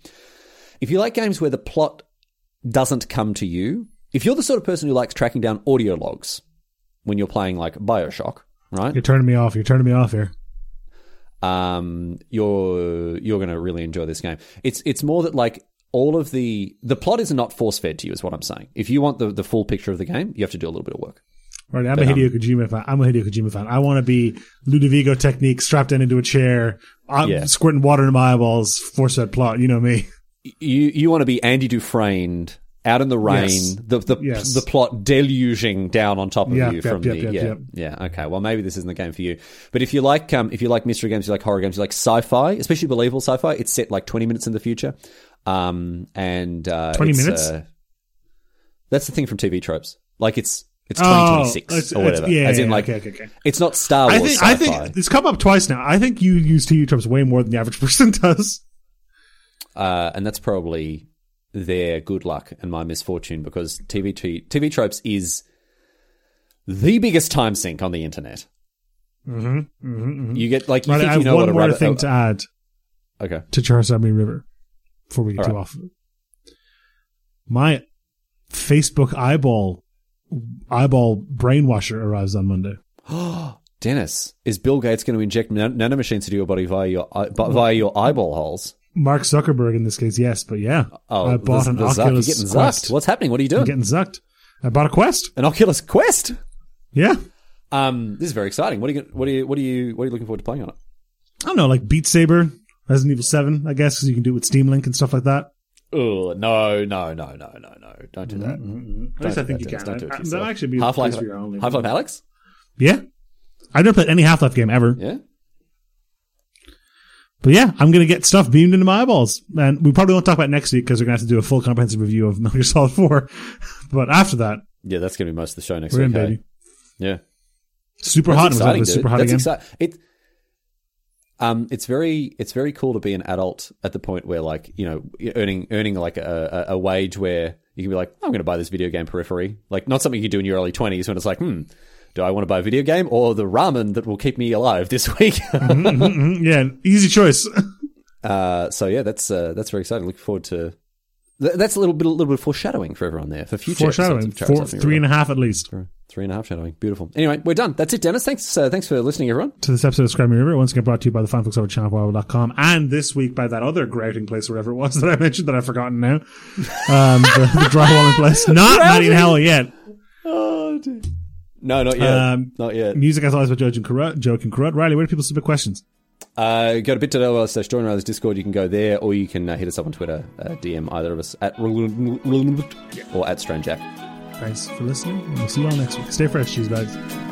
[SPEAKER 1] if you like games where the plot doesn't come to you, if you're the sort of person who likes tracking down audio logs when you're playing like Bioshock, right?
[SPEAKER 2] You're turning me off. You're turning me off here.
[SPEAKER 1] um, you're you're going to really enjoy this game. It's it's more that like all of the the plot is not force fed to you, is what I'm saying. If you want the the full picture of the game, you have to do a little bit of work.
[SPEAKER 2] Right, I'm a Hideo Kojima fan. I'm a Hideo Kojima fan. I want to be Ludovico technique, strapped down into a chair, I'm
[SPEAKER 1] Yeah.
[SPEAKER 2] squirting water in my eyeballs, force that plot. You know me.
[SPEAKER 1] You you want to be Andy Dufresne out in the rain,
[SPEAKER 2] Yes.
[SPEAKER 1] the the,
[SPEAKER 2] Yes.
[SPEAKER 1] the plot deluging down on top of
[SPEAKER 2] Yep,
[SPEAKER 1] you
[SPEAKER 2] yep,
[SPEAKER 1] from
[SPEAKER 2] yep,
[SPEAKER 1] the
[SPEAKER 2] yep,
[SPEAKER 1] yeah
[SPEAKER 2] yep.
[SPEAKER 1] yeah okay. Well, maybe this isn't the game for you. But if you like um if you like mystery games, you like horror games, you like sci-fi, especially believable sci-fi, it's set like 20 minutes in the future. Um and uh,
[SPEAKER 2] 20
[SPEAKER 1] it's,
[SPEAKER 2] minutes?
[SPEAKER 1] uh, that's the thing from TV tropes. Like it's it's
[SPEAKER 2] Oh,
[SPEAKER 1] 2026
[SPEAKER 2] it's-
[SPEAKER 1] or
[SPEAKER 2] it's-
[SPEAKER 1] whatever.
[SPEAKER 2] yeah,
[SPEAKER 1] As in
[SPEAKER 2] yeah,
[SPEAKER 1] like
[SPEAKER 2] okay, okay, okay.
[SPEAKER 1] it's not Star
[SPEAKER 2] I
[SPEAKER 1] Wars
[SPEAKER 2] think
[SPEAKER 1] sci-fi.
[SPEAKER 2] I think it's come up twice now. I think you use TV tropes way more than the average person does.
[SPEAKER 1] uh, and that's probably their good luck and my misfortune because TV t- TV tropes is the biggest time sink on the internet. Mm-hmm, mm-hmm, You get like you
[SPEAKER 2] Right,
[SPEAKER 1] think
[SPEAKER 2] I
[SPEAKER 1] you
[SPEAKER 2] have
[SPEAKER 1] know what
[SPEAKER 2] one
[SPEAKER 1] a
[SPEAKER 2] more
[SPEAKER 1] rabbit.
[SPEAKER 2] thing
[SPEAKER 1] oh,
[SPEAKER 2] to add
[SPEAKER 1] okay,
[SPEAKER 2] to Charasami River before we get
[SPEAKER 1] All
[SPEAKER 2] too
[SPEAKER 1] right.
[SPEAKER 2] off. My Facebook eyeball eyeball brainwasher arrives on Monday.
[SPEAKER 1] Dennis, is Bill Gates going to inject nan- nanomachines into your body via your eye- bu- via your eyeball holes?
[SPEAKER 2] Mark Zuckerberg in this case, yes, but yeah,
[SPEAKER 1] Oh,
[SPEAKER 2] I bought
[SPEAKER 1] the,
[SPEAKER 2] an
[SPEAKER 1] the Zuck,
[SPEAKER 2] Oculus
[SPEAKER 1] You're getting
[SPEAKER 2] Quest.
[SPEAKER 1] zucked. What's happening? What are you
[SPEAKER 2] I'm
[SPEAKER 1] doing?
[SPEAKER 2] getting zucked. I bought a Quest.
[SPEAKER 1] an Oculus Quest.
[SPEAKER 2] Yeah.
[SPEAKER 1] Um, this is very exciting. What are you? gonna- What are you? What are you? What are you looking forward to playing on it?
[SPEAKER 2] I don't know, like Beat Saber, Resident Evil 7, I guess, because you can do it with Steam Link and stuff like that.
[SPEAKER 1] Oh no, no, no, no, no, no! Don't do that.
[SPEAKER 2] At least I think you
[SPEAKER 1] Don't do that, Dennis. Don't
[SPEAKER 2] can.
[SPEAKER 1] do it to
[SPEAKER 2] That-
[SPEAKER 1] yourself.
[SPEAKER 2] That'd actually be
[SPEAKER 1] Half Life.
[SPEAKER 2] place for your own label.
[SPEAKER 1] Half Life Alex.
[SPEAKER 2] Yeah. I've never played any Half Life game ever.
[SPEAKER 1] Yeah.
[SPEAKER 2] But yeah, I'm going to get stuff beamed into my eyeballs. And we probably won't talk about it next week because we're going to have to do a full comprehensive review of Metal Gear Solid 4. but after that,
[SPEAKER 1] Yeah, that's going to be most of the show next
[SPEAKER 2] we're in,
[SPEAKER 1] week. hey?
[SPEAKER 2] baby.
[SPEAKER 1] Yeah,
[SPEAKER 2] Super
[SPEAKER 1] That's
[SPEAKER 2] hot. and
[SPEAKER 1] exciting,
[SPEAKER 2] was
[SPEAKER 1] dude.
[SPEAKER 2] super hot
[SPEAKER 1] That's
[SPEAKER 2] again.
[SPEAKER 1] exci- It, um, it's very, it's very cool to be an adult at the point where, like, you know, you're earning earning like a, a a wage where you can be like, I'm going to buy this video game periphery. Like, not something you do in your early twenties when it's like, hmm, do I want to buy a video game or the ramen that will keep me alive this week?
[SPEAKER 2] Mm, yeah, easy choice.
[SPEAKER 1] uh, so yeah, that's uh, that's very exciting. Looking forward to. th- That's a little bit, a little bit of foreshadowing for everyone there for future
[SPEAKER 2] Foreshadowing.
[SPEAKER 1] episodes of
[SPEAKER 2] Four,
[SPEAKER 1] Charles Something
[SPEAKER 2] three
[SPEAKER 1] Real.
[SPEAKER 2] and a half at least.
[SPEAKER 1] Three and a half shadowing. Beautiful. Anyway, we're done. That's it, Dennis. Thanks. Uh, thanks for listening, everyone.
[SPEAKER 2] to this episode of Scrammy River, once again brought to you by the fine folks over at channelwild.com and this week by that other grouting place, whatever it was that I mentioned that I've forgotten now. Um, the, the drywalling place. Not Maddie and Howell yet.
[SPEAKER 1] Oh, dear. No, not yet.
[SPEAKER 2] Um,
[SPEAKER 1] not yet.
[SPEAKER 2] Music as always by Joe and Carut, Joe and Carut. Riley, where do people submit questions?
[SPEAKER 1] Uh, go to bit.ly slash join Riley's Discord. You can go there, or you can uh, hit us up on Twitter, uh, DM either of us at or at Strange Jack.
[SPEAKER 2] Thanks for listening. and We'll see you all next week. Stay fresh, cheese bags.